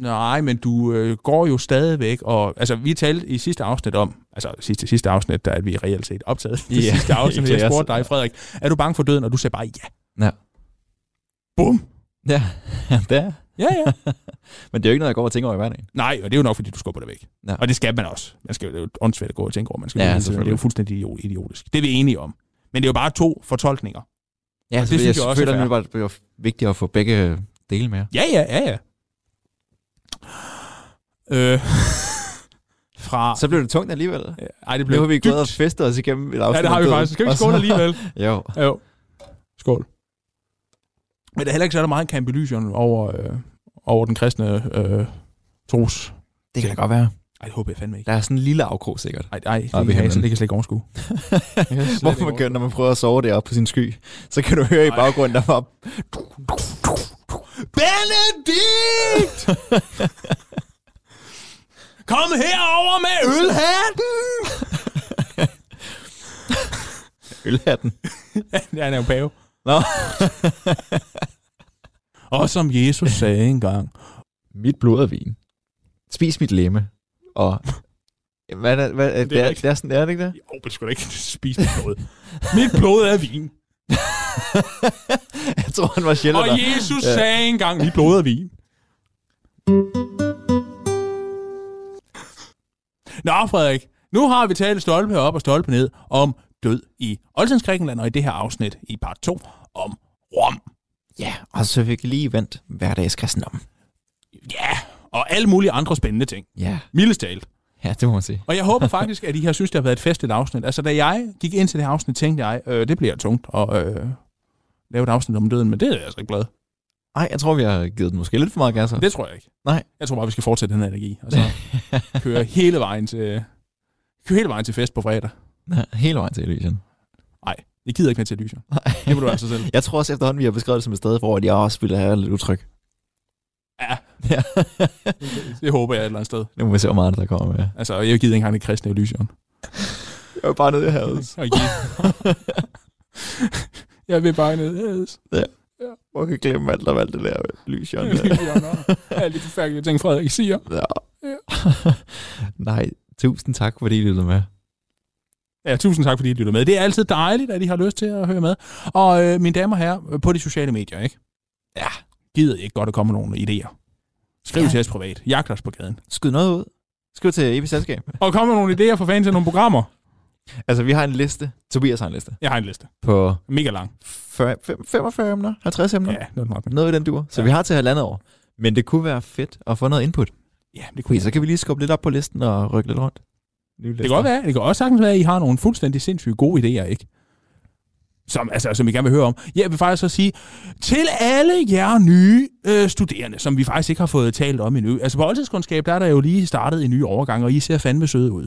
Speaker 2: Nej, men du øh, går jo stadigvæk, og altså, vi talte i sidste afsnit om, altså sidste, sidste afsnit, der er vi reelt set optaget, det
Speaker 3: Ja,
Speaker 2: sidste afsnit, jeg
Speaker 3: yes.
Speaker 2: spurgte dig, Frederik, er du bange for døden, og du sagde bare ja.
Speaker 3: Ja.
Speaker 2: Bum!
Speaker 3: Ja, det er.
Speaker 2: Ja, ja.
Speaker 3: Men det er jo ikke noget, jeg går og tænker over i hverdagen.
Speaker 2: Nej, og det er jo nok, fordi du skubber det væk.
Speaker 3: Ja.
Speaker 2: Ja. Og det skal man også. Man skal jo, det er jo åndssvagt at gå og tænke over, man skal
Speaker 3: Ja,
Speaker 2: ja, det, det er
Speaker 3: selvfølgelig.
Speaker 2: jo fuldstændig idio- idiotisk. Det er vi enige om. Men det er jo bare to fortolkninger.
Speaker 3: Ja,
Speaker 2: det synes jeg også er
Speaker 3: føler,
Speaker 2: fair.
Speaker 3: det var, det var vigtigt at få begge dele med.
Speaker 2: Ja, ja, ja, ja. Øh, fra...
Speaker 3: Så blev det tungt alligevel.
Speaker 2: Ej, Ah. det
Speaker 3: Nu
Speaker 2: blev
Speaker 3: har vi
Speaker 2: dybt.
Speaker 3: gået og festet os igennem et
Speaker 2: Ja,
Speaker 3: afsnit.
Speaker 2: det har vi
Speaker 3: om døden.
Speaker 2: faktisk. Skal vi
Speaker 3: Og
Speaker 2: ikke
Speaker 3: så-
Speaker 2: skåle alligevel?
Speaker 3: Jo.
Speaker 2: Jo. Skål. Men der er heller ikke så er der meget kampelysion over, øh, over den kristne øh, tros.
Speaker 3: Det kan da godt være.
Speaker 2: Ej, det håber jeg fandme ikke.
Speaker 3: Der er sådan en lille afkrog sikkert.
Speaker 2: Ej, ej, det,
Speaker 3: Oppe i
Speaker 2: kan jeg,
Speaker 3: himlen.
Speaker 2: det kan jeg slet ikke overskue. Jeg kan slet
Speaker 3: Hvorfor
Speaker 2: ikke
Speaker 3: man, gør, når man prøver at sove deroppe på sin sky, så kan du høre i baggrunden, der var...
Speaker 2: Benedikt! Kom herover med ølhatten!
Speaker 3: Ølhatten.
Speaker 2: ja, han er jo pave.
Speaker 3: Nå.
Speaker 2: Og som Jesus sagde engang.
Speaker 3: Mit blod er vin. Spis mit lemme. Og... Hvad er, det- hvad, er, det, er,
Speaker 2: rigtigt.
Speaker 3: det er sådan, er det ikke det?
Speaker 2: Jo, men skulle da ikke spise mit blod. Mit blod er vin.
Speaker 3: Jeg tror, han var sjældent.
Speaker 2: Og Jesus sagde engang, mit blod er vin. Nå, Frederik. Nu har vi talt stolpe op og stolpe ned om død i Oldtidens Grækenland, og i det her afsnit i part 2 om Rom.
Speaker 3: Ja, og så fik vi lige vendt hverdagskristendom.
Speaker 2: Ja, og alle mulige andre spændende ting.
Speaker 3: Ja.
Speaker 2: Mildest talt.
Speaker 3: Ja, det må man sige.
Speaker 2: Og jeg håber faktisk, at I har synes, det har været et festligt afsnit. Altså, da jeg gik ind til det her afsnit, tænkte jeg, øh, det bliver tungt at øh, lave et afsnit om døden, men det er jeg altså ikke glad.
Speaker 3: Ej, jeg tror, vi har givet den måske lidt for meget gas. her.
Speaker 2: Det tror jeg ikke.
Speaker 3: Nej.
Speaker 2: Jeg tror bare, vi skal fortsætte den her energi, og så køre hele vejen til, køre hele vejen til fest på fredag.
Speaker 3: Ja, Hele vejen til Elysian.
Speaker 2: Nej, jeg gider ikke med til Elysium. Det må du altså selv.
Speaker 3: Jeg tror også efterhånden, vi har beskrevet det som et sted, hvor jeg også ville have lidt utryg.
Speaker 2: Ja,
Speaker 3: Ja.
Speaker 2: det håber jeg et eller andet sted.
Speaker 3: nu må vi se, hvor meget der kommer med.
Speaker 2: Altså, jeg gider ikke engang det kristne Elysium.
Speaker 3: Jeg er bare nede i havet.
Speaker 2: Jeg jeg vil bare ned. Yes.
Speaker 3: Hvor kan glemme alt, der valgte det der Elysian.
Speaker 2: Elysium og Alle de forfærdelige ting, Frederik siger.
Speaker 3: Ja. Nej, tusind tak, fordi I lyttede med.
Speaker 2: Ja, tusind tak, fordi I lytter med. Det er altid dejligt, at I har lyst til at høre med. Og øh, mine damer og herrer, øh, på de sociale medier, ikke? Ja. Gider I ikke godt at komme med nogle idéer? Skriv ja.
Speaker 3: Ja.
Speaker 2: til os privat. Jagt os på gaden.
Speaker 3: Skyd noget ud. Skriv til Ebi Selskab.
Speaker 2: Og kom med nogle idéer for fanden til nogle programmer.
Speaker 3: Altså, vi har en liste. Tobias har en liste.
Speaker 2: Jeg har en liste.
Speaker 3: På
Speaker 2: Mega lang.
Speaker 3: 40, fem- 45 emner, 50 emner.
Speaker 2: Ja, noget nok.
Speaker 3: Noget i den dur. Så
Speaker 2: Ja.
Speaker 3: vi har til halvandet år. Men det kunne være fedt at få noget input.
Speaker 2: Ja, det
Speaker 3: Fordi
Speaker 2: kunne
Speaker 3: så kan vi lige skubbe lidt op på listen og rykke lidt rundt.
Speaker 2: Det kan godt være. Det kan også sagtens være, at I har nogle fuldstændig sindssygt gode idéer, ikke? Som, altså, som I gerne vil høre om. Jeg vil faktisk så sige, til alle jer nye øh, studerende, som vi faktisk ikke har fået talt om endnu. Altså på oldtidskundskab, der er der jo lige startet en ny overgang, og I ser fandme søde ud.